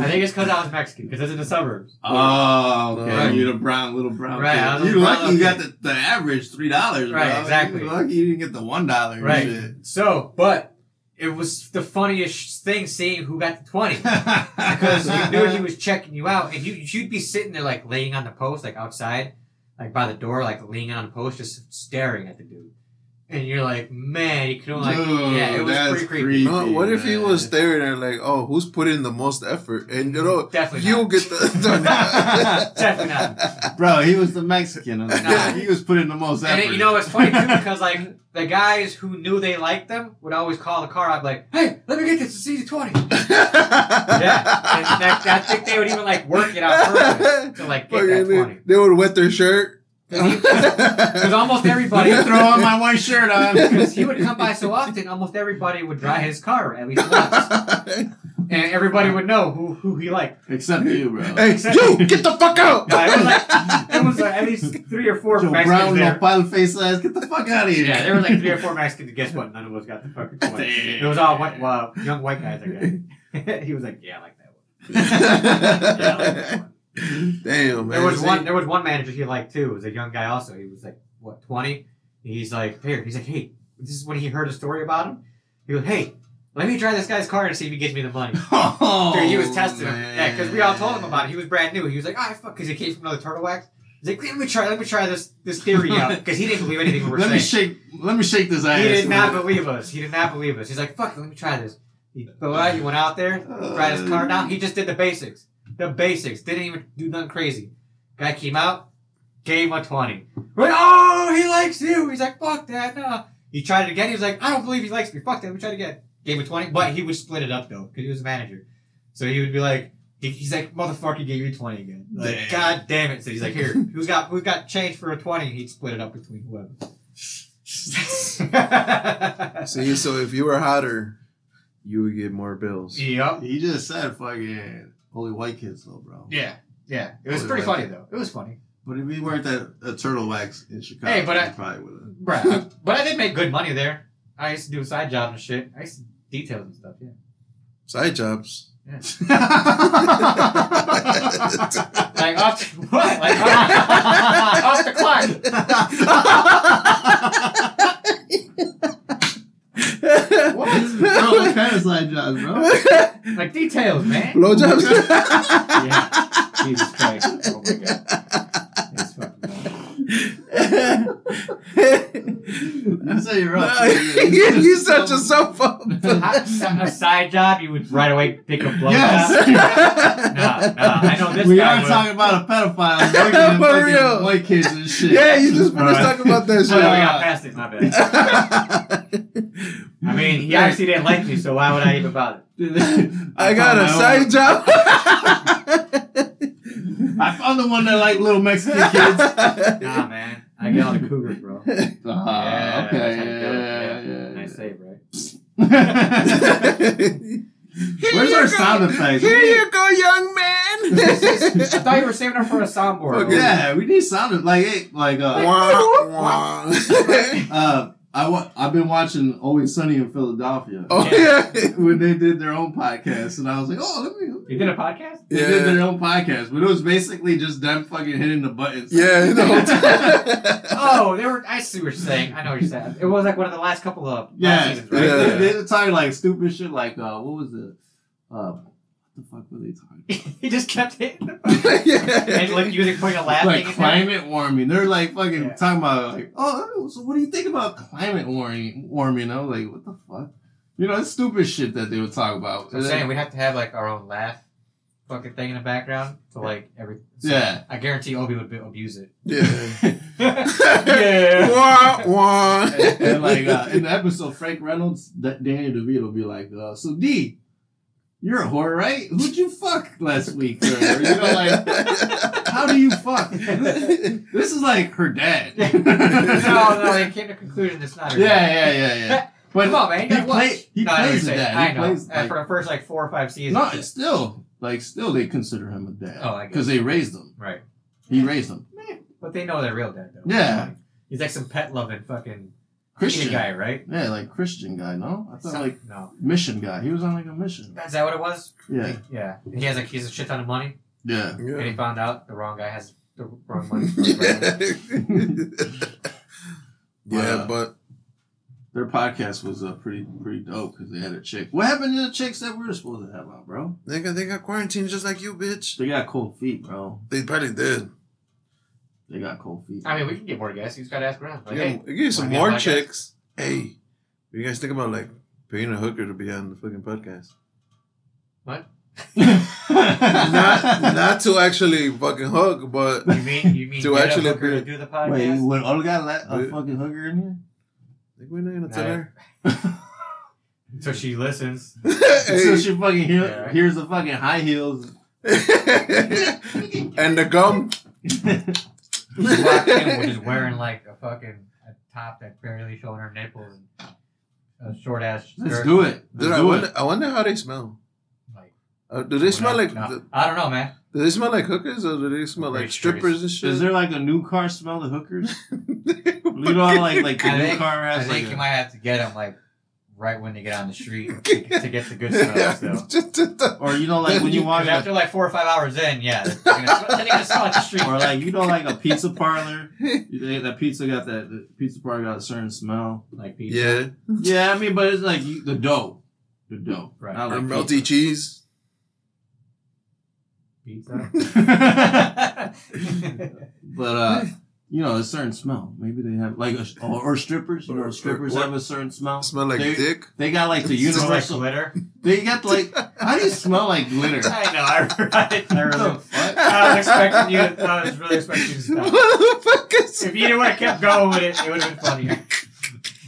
S1: I think it's because I was Mexican. Because it's in the suburbs.
S3: Oh, okay.
S2: Right.
S3: You're the brown little brown.
S1: Right,
S3: kid.
S1: I was a
S3: You
S1: brown
S3: lucky you got
S1: little
S3: the, the average three dollars.
S1: Right, exactly.
S3: You lucky you didn't get the one dollar.
S1: Right.
S3: Shit.
S1: So, but it was the funniest thing seeing who got the twenty. because you knew
S3: *laughs*
S1: he was checking you out, and you you'd be sitting there like laying on the post, like outside, like by the door, like leaning on the post, just staring at the dude, and you're like, man, you can only like,
S3: Dude,
S1: yeah, it was
S3: that's
S1: pretty creepy.
S3: creepy,
S2: No, what if he was
S3: man.
S2: staring at like, oh, who's putting the most effort? And you know,
S1: *laughs* definitely
S2: you'll
S1: not.
S2: get the.
S1: definitely
S2: *laughs*
S1: not.
S3: Bro, he was the Mexican. I'm like,
S1: Nah.
S3: He was putting the most effort.
S1: And it, you know it's
S3: *laughs*
S1: funny too because like the guys who knew they liked them would always call the car up like, hey, let me get this to CZ twenty. Yeah, and that, I think they would even like work
S2: *laughs*
S1: it out further to like get that
S2: Fucking they-
S1: twenty.
S2: They would wet their shirt. *laughs*
S1: Because almost
S3: Buddy, *laughs*
S1: everybody
S3: throw on my white shirt
S1: *laughs*
S3: on.
S1: because he would come by so often, almost everybody would dry his car at least once, and everybody would know who, who he liked.
S3: Except you, bro.
S2: *laughs* hey, you
S1: *laughs*
S2: get the fuck out!
S1: No, it was like it was like at least three or four
S3: Your
S1: Mexicans
S3: brown
S1: there.
S3: nopal face ass. Get the fuck out of here.
S1: Yeah, there were
S3: *laughs*
S1: like *laughs* three or four Mexicans. Guess what? None of us got the fucking point. It was all white, well, young white guys. I guess. *laughs* he was like, "Yeah, I like that one." Yeah, I like that one.
S2: Damn, man.
S1: There was
S2: See,
S1: one. There was one manager he liked too. It was a young guy also. He was like what twenty. He's like here. He's like hey. This is when he heard a story about him. He goes hey. Let me try this guy's car and see if he gives me the money.
S3: Oh,
S1: Dude, he was testing him. Yeah, because we all told him about it. He was brand new. He was like, "Ah, fuck," because he came from another turtle wax. He's like, "Let me try. Let me try this this theory
S3: *laughs*
S1: out," because he didn't believe anything we were
S3: Let me
S1: saying.
S3: shake. Let me shake this ass.
S1: he did not believe us. He did not believe us. He's like, "Fuck, it, let me try this." He, but what, he went out there, tried his car down. He just did the basics. The basics. Didn't even do nothing crazy. Guy came out, gave him a twenty. We're like, oh, he likes you. He's like, "Fuck that." No. He tried it again. He was like, "I don't believe he likes me." Fuck that. Let me try it again. Gave him a twenty, but he would split it up though because he was a manager. So he would be like, he- he's like, motherfucker, gave you twenty again. Like,
S3: Damn.
S1: God damn it! So *laughs* he's like, here, who's got who's got change for a twenty? He'd split it up between *laughs* whoever.
S2: See, so if you were hotter, you would get more bills.
S1: yep.
S3: He just said fucking only white kids though, bro.
S1: Yeah. Yeah. It was pretty funny though. It was funny,
S3: But if we weren't at a turtle wax in Chicago,
S1: Hey, but
S3: we
S1: I-
S3: probably would have.
S1: Bruh. But I did make good money there. I used to do a side job and shit. I used to details and stuff. Yeah.
S2: Side jobs.
S1: Like off the, what? Like off, off the clock.
S2: *laughs*
S3: Bro, what kind of side jobs, bro?
S1: Like details,
S2: *laughs*
S1: man.
S2: Blowjobs.
S1: Yeah. Jesus Christ. Oh my god. It's fucking wild.
S2: *laughs*
S3: You say you're up.
S2: you set yourself
S1: *laughs*
S2: up.
S1: A a side job, you would right away pick a blow
S3: *laughs* Yes.
S1: job. Nah, nah, Uh, I know this
S3: we
S1: guy
S3: are
S1: would.
S3: talking about
S2: *laughs*
S3: a pedophile working in
S2: For
S3: fucking
S2: real.
S3: white kids and shit.
S2: Yeah, you just finished
S1: Alright.
S2: talking about
S1: *laughs*
S2: that
S1: Oh, no, we
S2: shit.
S1: got past it. My bad. I mean, he
S3: *laughs*
S1: obviously didn't like me, so why would I even bother?
S2: *laughs* I got a side job.
S3: I found the one that like
S2: *laughs*
S3: little Mexican kids.
S1: Nah, man. I get all the cougars, bro.
S3: Ah,
S1: Yeah,
S3: Uh, okay,
S1: that's how you do
S3: yeah,
S1: it,
S3: yeah,
S1: Nice save, right?
S3: yeah. *laughs* Where's
S2: you
S3: our
S2: go.
S3: sound effects?
S2: Here you go, young
S3: *laughs*
S2: man.
S1: I thought you were saving her for a soundboard.
S2: Fuck
S3: yeah, we need sound eff- like hey, like uh,
S2: Wah, wah.
S3: uh I wa- I've been watching Always Sunny in Philadelphia
S2: *laughs* Oh yeah.
S3: *laughs* when they did their own podcast, and I was like, oh, let me.
S1: You did a podcast?
S3: They
S2: Yeah.
S3: did their own podcast, but it was basically just them fucking hitting the buttons.
S2: Yeah,
S3: *laughs*
S2: the whole time.
S1: Oh, they were. I see what you're saying. I know what you're saying. It was like one of the last couple of
S3: Yeah,
S1: seasons,
S3: like,
S1: right?
S2: Yeah.
S3: They, they were talking like stupid shit, like uh, what was the, uh, what the fuck were they talking?
S1: *laughs* he just kept hitting them. And like
S2: yeah.
S1: using putting a
S3: It's
S1: laugh
S3: like
S1: thing in there.
S3: climate warming. They're like fucking
S1: Yeah.
S3: talking about like, oh, so what do you think about climate warming? Warming? I was like, what the fuck? You know, it's stupid shit that they would talk about.
S1: So I'm
S3: And
S1: saying
S3: then-
S1: we have to have like our own laugh fucking thing in the background to like every. so
S3: Yeah.
S1: I guarantee Obi would be, abuse
S3: *laughs*
S1: it. *laughs*
S2: Yeah.
S1: yeah.
S2: wah, wah.
S3: and, *laughs* and, like uh, in the episode, Frank Reynolds, D- Daniel DeVito be like, uh, "So D, you're a whore, right? Who'd you fuck last week? Or, you know, like how do you fuck? *laughs*
S2: *laughs*
S3: this is like her dad.
S1: *laughs*
S3: yeah,
S1: no, no, they came to conclusion it's not. a-
S3: *laughs* yeah, yeah, yeah. But
S1: Come on, man. You
S3: he
S1: gotta watch.
S3: play, he
S1: no, I
S3: plays
S1: didn't
S3: a
S1: say it.
S3: dad.
S1: I
S3: He
S1: know.
S3: plays
S1: Uh,
S3: like,
S1: for the first like four or five seasons.
S3: no, it's still like still they consider him a dad.
S1: Oh, I get
S3: because they raised him.
S1: right.
S3: He raised him.
S1: But they know they're real dad though.
S3: Yeah.
S1: He's like some pet loving fucking
S3: Christian
S1: Indian guy, right?
S3: Yeah, like Christian guy. No, I thought
S1: Some-
S3: like
S1: no.
S3: mission guy. He was on like a mission.
S1: Is that what it was?
S3: Yeah,
S1: Yeah. He has like he's a shit ton of money,
S2: *laughs*
S3: yeah.
S1: and he found out the wrong guy has the wrong money.
S2: yeah. yeah,
S3: Wow.
S2: but
S3: Their podcast was uh, pretty pretty dope because they had a chick. What happened to the chicks that we were supposed to have on, bro?
S2: they got, they got quarantined just like you, bitch.
S3: They got cold feet, bro.
S2: They probably did.
S3: They got cold feet.
S1: I mean,
S3: *laughs*
S1: we can get more guests. You just gotta ask around. Like,
S2: yeah,
S1: hey,
S2: give you some
S1: wanna be on
S2: more
S1: the podcast?
S2: chicks. Hey, what you guys think about like paying a hooker to be on the fucking podcast? *laughs* not not to actually fucking hook, but
S1: you mean you
S2: *laughs*
S1: mean
S2: To
S1: get a
S2: actually
S1: hooker to
S2: be-
S1: do the
S3: Wait,
S1: podcast?
S3: would Olga let oh, a
S2: Wait.
S3: fucking hooker in
S2: like, we're not gonna tell
S1: Nah.
S2: her.
S3: *laughs*
S1: So
S2: *laughs*
S1: she listens.
S3: here? So she fucking hear,
S1: Yeah.
S3: hears the fucking high *laughs* heels.
S2: Hey. *laughs* and the gum.
S1: Black Kim was just wearing like a fucking a top that barely showing her nipples and a short ass skirt.
S3: Let's do it.
S2: Dude,
S3: Let's
S2: I
S3: do
S2: wonder,
S3: it.
S2: I wonder how they smell.
S1: Like,
S2: Uh, do they smell like
S1: No,
S2: do
S1: I don't know, man.
S2: they smell like hookers or do they smell like
S1: Pretty sure
S2: strippers and shit?
S3: Is there like a new car smell of *laughs* hookers? you know, how, like like the
S1: I
S3: new
S1: think-
S3: car
S1: I
S3: has
S1: think
S3: like.
S1: you
S3: a-
S1: might have to get them like right when they get on the street
S2: *laughs*
S1: to get the good stuff. So.
S2: Just- just- just-
S3: Or you know, like when you walk
S1: Because
S3: up
S1: after like four or five hours in, yeah, they're gonna, then they're gonna smell like the street.
S3: or like you know, like a pizza
S1: *laughs*
S3: parlor. They, that pizza got that the pizza parlor got a
S1: *laughs*
S3: certain smell.
S1: Like pizza.
S2: yeah,
S3: Yeah, I mean, but it's like you, the dough, the dough,
S1: Right.
S3: Not
S2: or
S3: like
S2: melty cheese. *laughs*
S1: *laughs* Pizza.
S3: pizza. but uh, you know, a certain smell. Maybe they have like a, or, or strippers. You know,
S2: Or-
S3: strippers
S2: or-
S3: have a certain smell.
S2: Smell like
S3: they,
S2: dick.
S3: They got like the
S1: You know, like
S3: universal.
S1: glitter.
S3: they got like how do you smell like glitter?
S1: *laughs*
S3: *laughs*
S1: I know. *laughs* I, I, I really.
S3: What the fuck?
S1: I was expecting you. I was really expecting
S2: *laughs*
S1: you to stop.
S2: Motherfuckers.
S1: If you would have kept going with it, it would have been funnier.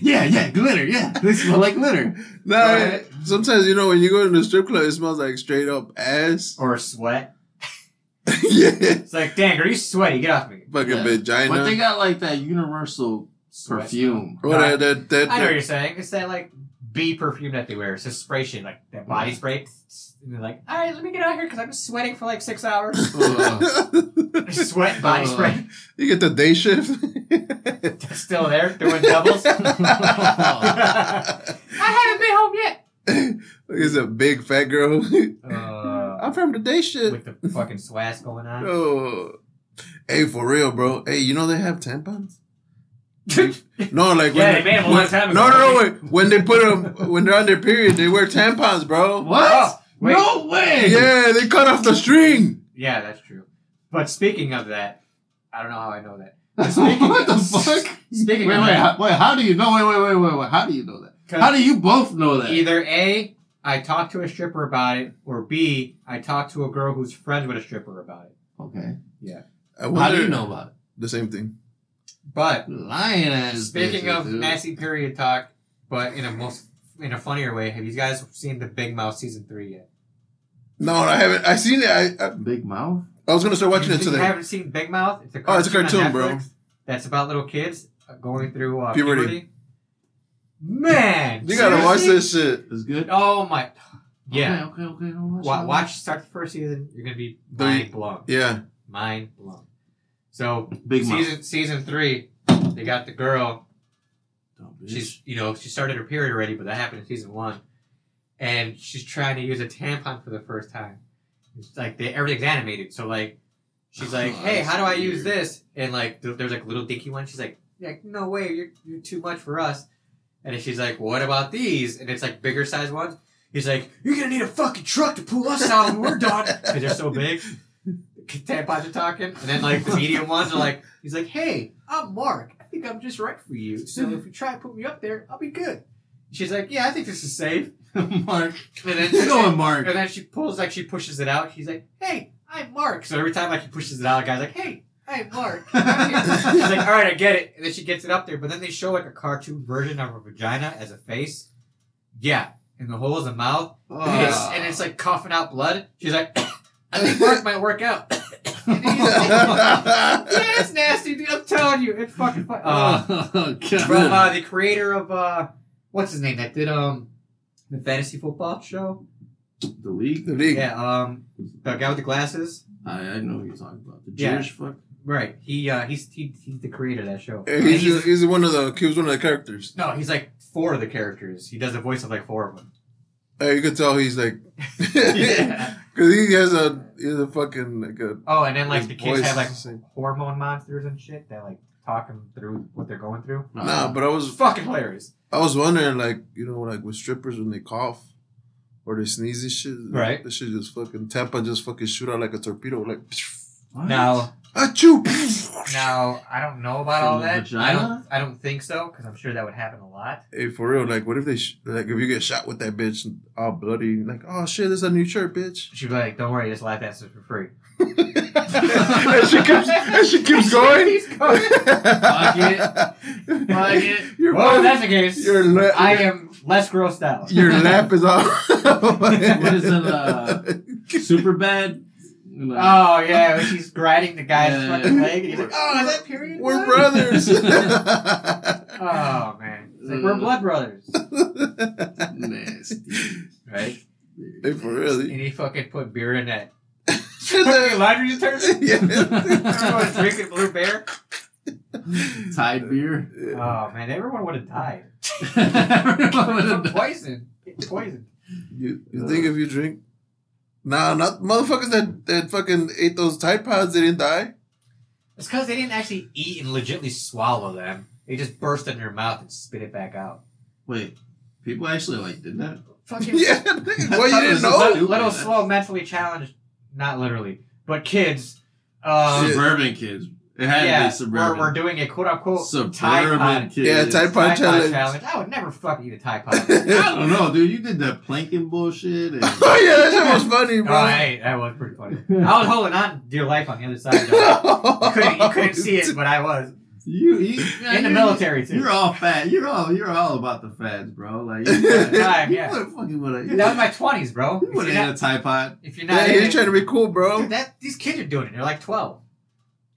S3: Yeah, yeah, glitter. Yeah, they smell like glitter.
S2: Nah, sometimes you know when you go to the strip club, it smells like straight up
S1: *laughs*
S2: ass.
S1: Or sweat.
S2: *laughs* yeah,
S1: It's like, dang, are you sweaty? Get off me.
S2: fucking
S3: Yeah.
S2: vagina.
S3: But they got like that universal
S1: Sweat
S3: perfume.
S2: Or that, uh, that, that,
S1: I know what you're saying. It's that like bee perfume that they wear. It's just spray shit, like that body spray. And they're like, all right, let me get out here because I've been sweating for like six *laughs* hours.
S3: Ugh.
S1: Sweat and body
S3: Uh.
S1: spray.
S2: *laughs*
S1: *laughs*
S2: you get the day shift.
S1: That's still there doing *laughs* doubles. I haven't been home yet.
S2: It's a big fat girl. *laughs*
S1: Uh,
S2: I'm from the day shift.
S1: with the fucking swaz going
S2: *laughs*
S1: on. *laughs*
S2: Oh. Hey, for real, bro. Hey, you know they have tampons? No, like when
S1: Yeah, they made 'em a long
S2: when-
S1: time
S2: No,
S1: ago.
S2: no, no. Wait. When they put them, when they're on their period, they wear tampons, bro.
S1: Oh,
S3: What?
S1: *laughs* wait.
S3: No way.
S2: Yeah, they cut off the string.
S1: Yeah, that's true. But speaking of that, I don't know how I know that.
S3: *laughs*
S1: *laughs*
S3: what the fuck?
S1: Speaking
S3: Wait, wait,
S1: of
S3: how, wait. How do you know? Wait, wait, wait, wait, wait. How do you know that?
S1: that,
S3: How do you both know that?
S1: Either A, I talked to a stripper about it, or B, I talked to a girl who's friends with a stripper about it.
S3: Okay.
S2: I
S3: How
S2: wonder-
S3: do you know about it?
S2: The same thing.
S1: But
S3: Lying ass.
S1: speaking
S3: bitches,
S1: of
S3: dude.
S1: nasty period talk, but in a most in a funnier way, have you guys seen the Big Mouth season three yet?
S2: No, I haven't. I seen it. I, I,
S3: big mouth.
S2: I was gonna start watching it
S1: If You
S2: today.
S1: haven't seen Big Mouth? It's a cartoon
S2: Oh, it's a
S1: on
S2: cartoon, bro.
S1: Netflix That's about little kids going through uh, puberty.
S2: Puberty.
S1: Man,
S2: You gotta watch
S1: seriously?
S2: this shit.
S3: It's good.
S1: Oh my, yeah.
S3: Okay. Okay. okay I'll watch,
S1: Wa-
S3: it.
S1: Watch start the first season. You're gonna be
S2: Three.
S1: mind blown. *laughs*
S2: Yeah.
S1: Mind blown. So
S3: Big
S1: season
S3: mouth.
S1: season three, they got the girl. She's you know she started her period already, but that happened in season one, and she's trying to use a tampon for the first time. It's like they, everything's animated, so like she's like,
S3: Oh,
S1: "Hey,
S3: that's
S1: how do I use
S3: weird.
S1: this?" And like th- there's like a little dinky one. She's like, "Like no way, you're you're too much for us." And then she's like, "What about these?" And it's like bigger size ones. He's like, "You're gonna need a fucking truck to pull us out when we're done
S3: *laughs*
S1: because they're so big." Tampons are talking, and then like the medium ones are like, he's
S3: *laughs*
S1: like, "Hey, I'm Mark. I think I'm just right for you. So if you try and put me up there, I'll be good." She's like, yeah, I think this is safe.
S3: *laughs*
S1: *laughs*
S3: Mark.
S1: And then
S3: You're going, Mark.
S1: And then she pulls, like, she pushes it out. She's like, hey, I'm Mark. So every time, like, he pushes it out, the guy's like, hey, I'm *laughs* Mark. I'm here." She's like, all right, I get it. And then she gets it up there. But then they show, like, a cartoon version of her vagina as a face. Yeah. And the hole is a mouth. *laughs* And, it's, and it's, like, coughing out blood. She's like, I think Mark might work *laughs* out. And then he's like, yeah, it's nasty, dude. I'm telling you. It's fucking fun. Uh,
S3: oh,
S1: from
S3: *laughs* God.
S1: uh, the creator of, uh, what's his name? That did, um, the fantasy football show.
S3: The league?
S2: The league.
S1: Yeah,
S2: *laughs*
S1: um, the guy with the glasses.
S3: I, I know what you're talking about. The
S1: Yeah.
S3: Jewish fuck?
S1: Right. He uh, he's he, he's the creator of that show.
S2: And
S1: And
S2: He's, he's one of the he was one of the characters.
S1: no, he's like four of the characters. He does the voice of like four
S2: *laughs*
S1: of them.
S2: Uh, you could tell he's like,
S1: *laughs*
S2: *laughs*
S1: Yeah.
S2: because he has a he has a fucking like a
S1: *laughs* Oh, and then like
S2: his
S1: the kids
S2: voice
S1: have like
S2: is the same.
S1: hormone monsters and shit that like talk them through what they're going through.
S2: Nah, but I
S1: It's
S2: was
S1: fucking hilarious.
S2: I was wondering like you know like with strippers when they cough or they sneeze and shit,
S1: Right.
S2: That shit just fucking Tampa just fucking shoot out like a torpedo, like *laughs*
S3: What?
S1: Now,
S2: achoo.
S1: now I don't know about all
S3: From the
S1: that. I
S3: vagina?
S1: don't I don't think so because I'm sure that would happen a lot.
S2: *laughs* Hey, for real, like what if they sh- like if you get shot with that bitch all bloody, like oh shit, this is a new shirt, bitch. *laughs*
S1: She'd be like, "Don't worry, this life answers for free."
S2: and she keeps and she
S1: *laughs*
S2: keeps going. *laughs*
S1: Keeps going.
S2: it,
S1: Fuck
S2: *laughs*
S1: it.
S2: Your
S1: Well, if that's the case.
S2: your la-
S1: I am less grossed out.
S2: your lap is all.
S1: What
S3: is
S2: *laughs*
S3: it, uh, *laughs* Super bad?
S1: Oh yeah, when she's grinding the guy's
S3: Yeah.
S1: fucking leg, and he's like, "Oh, is that period?"
S2: We're
S1: blood?" *laughs*
S2: brothers.
S1: Oh man, it's like we're
S3: Mm.
S1: blood brothers, Uh,
S3: nasty.
S1: right?
S2: Hey, for real.
S1: And he fucking put beer
S2: *laughs*
S1: in that fucking
S2: yeah. *laughs*
S1: laundry detergent. *laughs* Everyone's drinking Blue Bear.
S3: Tide beer. *laughs*
S2: Uh,
S1: Oh man, everyone would have died.
S3: Everyone
S1: From
S3: would've died.
S1: poison, Getting poisoned.
S2: You, you think if you drink? Nah, not motherfuckers that, that fucking ate those Tide Pods, they didn't die. *laughs*
S1: It's because they didn't actually eat and legitimately swallow them. They just burst in their mouth and spit it back out.
S3: Wait, people actually like did that?
S1: Fucking *laughs*
S2: Yeah.
S3: I
S2: well, you
S3: thought it was
S2: didn't
S3: about-
S2: know?
S1: little, little
S3: Stupid.
S1: slow, mentally challenged, not literally, but kids. Um,
S2: Shit.
S3: suburban kids. It had to
S1: yeah,
S3: be suburban.
S1: We're, we're doing a quote unquote Tide
S3: suburban
S1: Pod,
S3: kids.
S2: Yeah, Tide Pod
S1: Tide Pod
S2: challenge.
S1: challenge. I would never fuck eat a
S2: *laughs*
S1: Tide Pod.
S3: I don't know, dude. You did that planking bullshit. And
S2: oh,
S1: *laughs*
S2: yeah, that shit was funny, bro. *laughs*
S1: oh, hey, that was pretty funny. I was holding on to your life on the other side. Though. You couldn't, you couldn't see it, but
S2: *laughs*
S1: I was
S3: you, you
S1: in the military too.
S3: You're all fat. You're all you're all about the fads, bro. Like you would've-
S1: Time,
S3: you
S1: yeah.
S3: would've fucking would
S1: Dude, that was
S3: have.
S1: my twenties, bro.
S3: You
S1: If
S3: would
S1: you're
S3: have
S1: not,
S3: a
S1: *laughs*
S3: Tide Pod.
S1: if you're not
S2: Yeah,
S1: in
S2: you're
S1: it-
S2: trying to be cool, bro.
S1: Dude, that these kids are doing it. They're like twelve.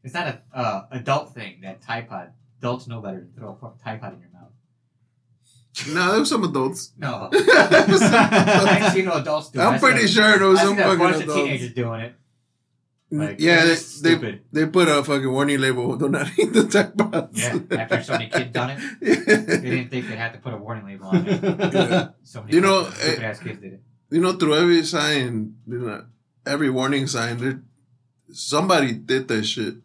S1: It's not a uh, adult thing. That Tide Pod. Adults know better than throw a fucking Tide Pod in your mouth.
S2: Nah, there were some adults.
S1: No,
S2: There was some
S1: *laughs* I
S2: adults.
S1: ain't seen no adults do it. I
S2: I'm
S1: seen a-
S2: pretty sure there
S1: I
S2: was some
S1: seen a bunch
S2: fucking
S1: of
S2: adults.
S1: teenagers doing it. Like,
S2: yeah,
S1: it
S2: they,
S1: was
S2: they,
S1: stupid.
S2: they put a fucking warning label. Do not eat the Tide Pods.
S1: Yeah,
S2: *laughs*
S1: after so many kids done it, they didn't think they had to put a warning label on it. So many
S2: You know,
S1: stupid ass kids did it.
S2: you know, through every sign, you know, every warning sign, there, somebody did that shit.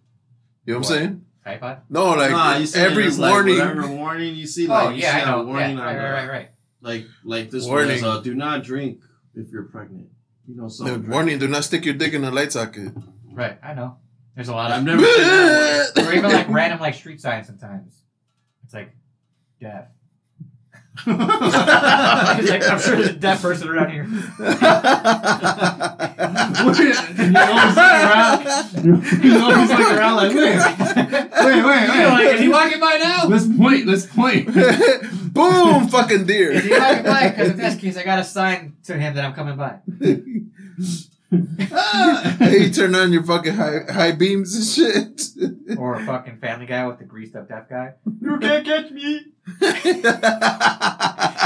S2: You know what,
S1: What?
S2: I'm saying?
S1: Tripod?
S2: No, like
S3: nah, you see
S2: every
S3: it's like
S2: warning.
S3: whatever warning you see, like you see a
S1: Oh, Yeah,
S3: warning on
S1: right,
S3: the-
S1: right, right, right.
S3: like like this
S2: Warning.
S3: one is uh, do not drink if you're pregnant. You know
S2: the
S3: something.
S2: warning: Do not stick your dick in a light socket.
S1: Right, I know. There's a lot
S3: I've
S1: of
S3: never
S2: *laughs*
S3: seen that
S1: *laughs* or even like random like street signs sometimes. It's like
S3: *laughs*
S1: deaf. It's like, I'm sure there's a deaf person around
S3: *laughs*
S1: here.
S3: And you're always looking around. You're always looking around like,
S1: *laughs*
S3: wait, wait, *laughs*
S1: You know, like, is
S3: wait,
S1: he
S3: wait.
S1: walking by now?
S3: *laughs* Let's point. Let's point.
S2: Boom! Fucking
S1: Is he
S2: deer.
S1: walking by? Because if that's the case, I got a sign to him that I'm coming by.
S2: hey, you turn on your fucking high, high beams and shit.
S1: Or a fucking family guy with the greased up deaf guy. You can't *laughs* catch me.
S2: *laughs* that's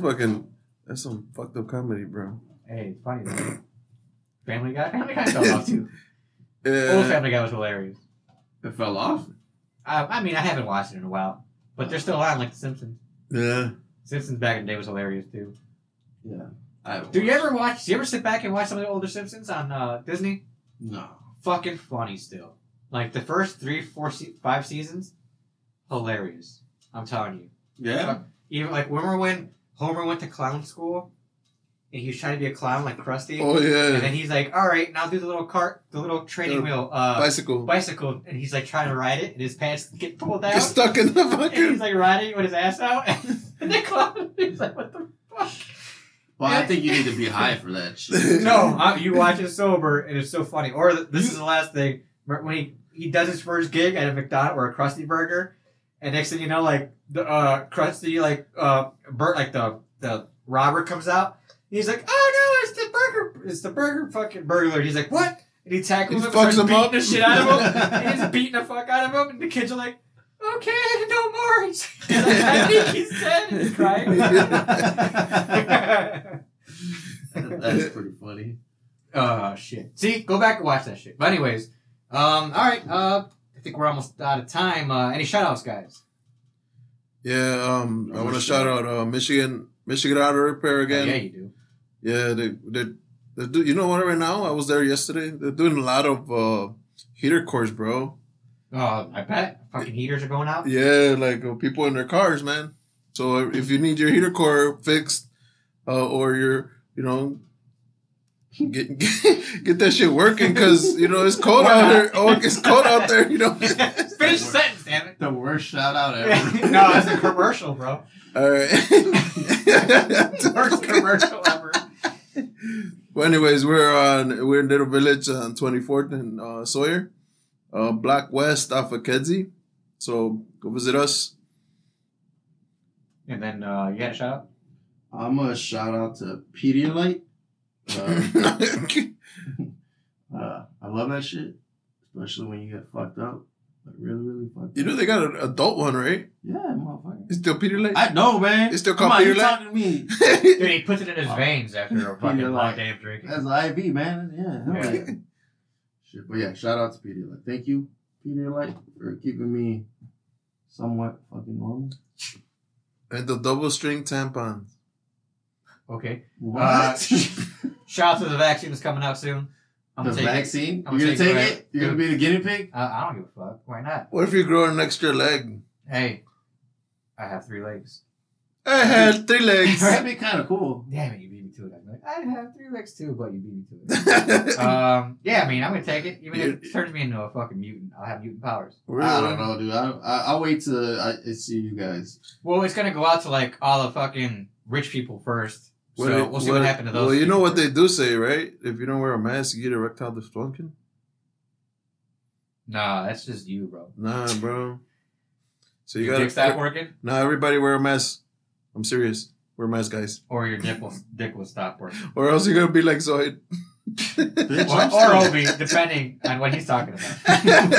S2: fucking. That's some fucked up comedy, bro.
S1: Hey, it's funny. Though. *coughs* Family Guy. Family Guy fell off too. Old
S2: Uh,
S1: Family Guy was hilarious.
S3: It fell off.
S1: Uh, I mean, I haven't watched it in a while, but they're still on like The Simpsons.
S2: yeah.
S1: Simpsons back in the day was hilarious too.
S3: Yeah. I
S1: Do you ever watch? Do you ever sit back and watch some of the older Simpsons on uh, Disney?
S3: No.
S1: Fucking funny still. Like the first three, four, se- five seasons, hilarious. I'm telling you.
S3: Yeah.
S1: Even like remember when Homer went to clown school, and he was trying to be a clown like Krusty.
S2: Oh
S1: And
S2: yeah,
S1: then he's like, "All right, now do the little cart, the little training
S2: Uh,
S1: wheel, uh,
S2: bicycle.
S1: bicycle." And he's like trying to ride it, and his pants get pulled
S2: Get
S1: out.
S2: stuck in the
S1: And *laughs* he's
S2: fucking.
S1: like riding with his ass out, *laughs* and the clown is like, "What the fuck?"
S3: Well, I think you need to be high for *laughs* that
S1: *laughs*
S3: shit.
S1: No, I, you watch it sober, and it's so funny. Or th- this is the last thing where- when he, he does his first gig at a McDonald's or a Krusty Burger, and next thing you know, like the uh, Krusty, like uh, Bert, like the the robber comes out, and he's like, "Oh no, it's the burger, it's the burger fucking burglar." And he's like, "What?" And he tackles
S2: He
S1: him, and
S2: fucks him
S1: starts beating
S2: up.
S1: the shit out of
S2: *laughs*
S1: him. and he's beating the fuck out of him, and the kids are like. Okay, no
S2: *laughs*
S1: more. *laughs* He's like, I think he's dead. and He's crying.
S3: That's pretty funny.
S1: Oh shit! See, go back and watch that shit. But anyways, um, all right. Uh, I think we're almost out of time. Uh, any shout outs, guys?
S2: Yeah, um, I
S3: Oh,
S2: want to
S3: shit.
S2: shout out uh, Michigan Michigan Auto Repair again.
S1: yeah, you do.
S2: Yeah, they they they do. You know what? Right now, I was there yesterday. They're doing a lot of uh, heater cores, bro.
S1: Uh, I bet fucking heaters are going
S3: *laughs*
S1: out.
S2: Yeah, like uh, people in their cars, man. So uh, if you need your heater core fixed, uh, or your you know. Get, *laughs* get get that shit working because you know it's cold
S1: Or
S2: out
S1: not.
S2: there. Oh, it's cold out there. You
S1: *laughs*
S2: know.
S1: Finish the sentence, damn it.
S3: The worst shout out ever.
S1: *laughs* no, it's a commercial,
S3: *laughs*
S1: bro.
S2: All right.
S1: Worst commercial ever.
S2: *laughs* Well, anyways, we're on we're in Little Village on 24th and uh, Sawyer, uh, Block West off of Kedzie. So go visit us. *laughs*
S1: And then uh, you had a shout out.
S3: I'm gonna shout out to Pedialyte. Uh, *laughs* uh, I love that shit, especially when you get fucked up, like really, really fucked.
S2: you know
S3: up.
S2: they got an adult one, right?
S3: Yeah, motherfucker.
S2: It's still Peter Lake.
S3: I know, man.
S2: It's still
S3: Come
S2: called
S3: on, you
S2: Pedialyte?
S3: talking to me?
S2: *laughs*
S1: Dude, he puts it in his veins *laughs* after a fucking
S3: You're
S1: long
S3: like-
S1: day of drinking.
S3: That's an IV, man. Yeah, hell yeah. *laughs* Shit, but yeah, shout out to Pedialyte. Thank you, Pedialyte, for keeping me somewhat fucking normal.
S2: and the double string tampon.
S1: Okay.
S3: What? *laughs*
S1: Shout out to the vaccine that's coming out soon. I'm
S3: *laughs* the
S1: gonna take it.
S3: vaccine?
S1: I'm
S3: You're
S1: gonna
S3: gonna
S1: take
S3: take
S1: it.
S3: it? You're gonna be the guinea pig? *laughs*
S1: Uh, I don't give a fuck. Why not?
S2: What if you grow an extra leg?
S1: Hey, I have three legs.
S2: I had three
S1: *laughs*
S2: legs.
S3: That'd be kind of cool.
S1: Damn it, you beat me to it. I'm like, I have three legs too, but you beat me to it. *laughs* um, yeah, I mean, I'm gonna take it, even if it turns me into a fucking mutant. I'll have mutant powers.
S3: I don't know, dude. I don't, I, I'll wait till I, I see you guys.
S1: Well, it's gonna go out to like all the fucking rich people first. So
S2: Well,
S1: we'll see what,
S2: well,
S1: happened to those.
S2: Well, you know
S1: people
S2: what they
S1: first.
S2: do say, right? If you don't wear a mask, you get erectile dysfunction.
S1: Nah, that's just you, bro. *laughs*
S2: Nah, bro. So you
S1: your
S2: gotta
S1: dick stop working,
S2: No, everybody wear a mask. I'm serious. Wear a mask, guys.
S1: or your dick will dick will stop working,
S2: *laughs* Or else you're gonna be like Zoid. *laughs*
S1: or, or Obi, depending on what he's
S2: *laughs*
S1: talking about. *laughs*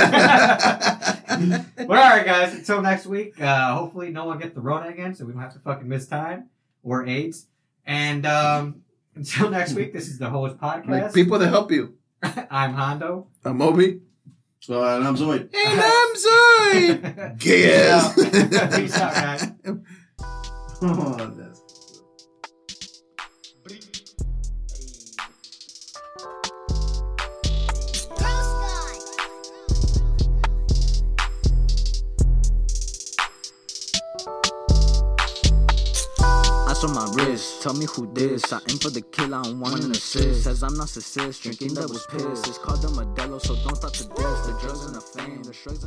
S1: but all right, guys. Until next week. Uh, hopefully, no one gets the Rona again, so we don't have to fucking miss time or AIDS. And um, until next week, this is the Holish
S2: like
S1: Podcast.
S2: people that help you.
S1: I'm Hondo.
S2: I'm Obi.
S3: So, and I'm Zoid. *laughs*
S2: And I'm *laughs* Zoid.
S1: *laughs*
S2: Yes.
S1: Peace out, guys.
S3: oh, that's
S4: Eyes on my wrist, tell me who this. I aim for the kill, I don't want an assist. Says I'm narcissist, drinking that was piss. It's called the Modelo, so don't talk to this. The drugs and the fame, the shrugs. and-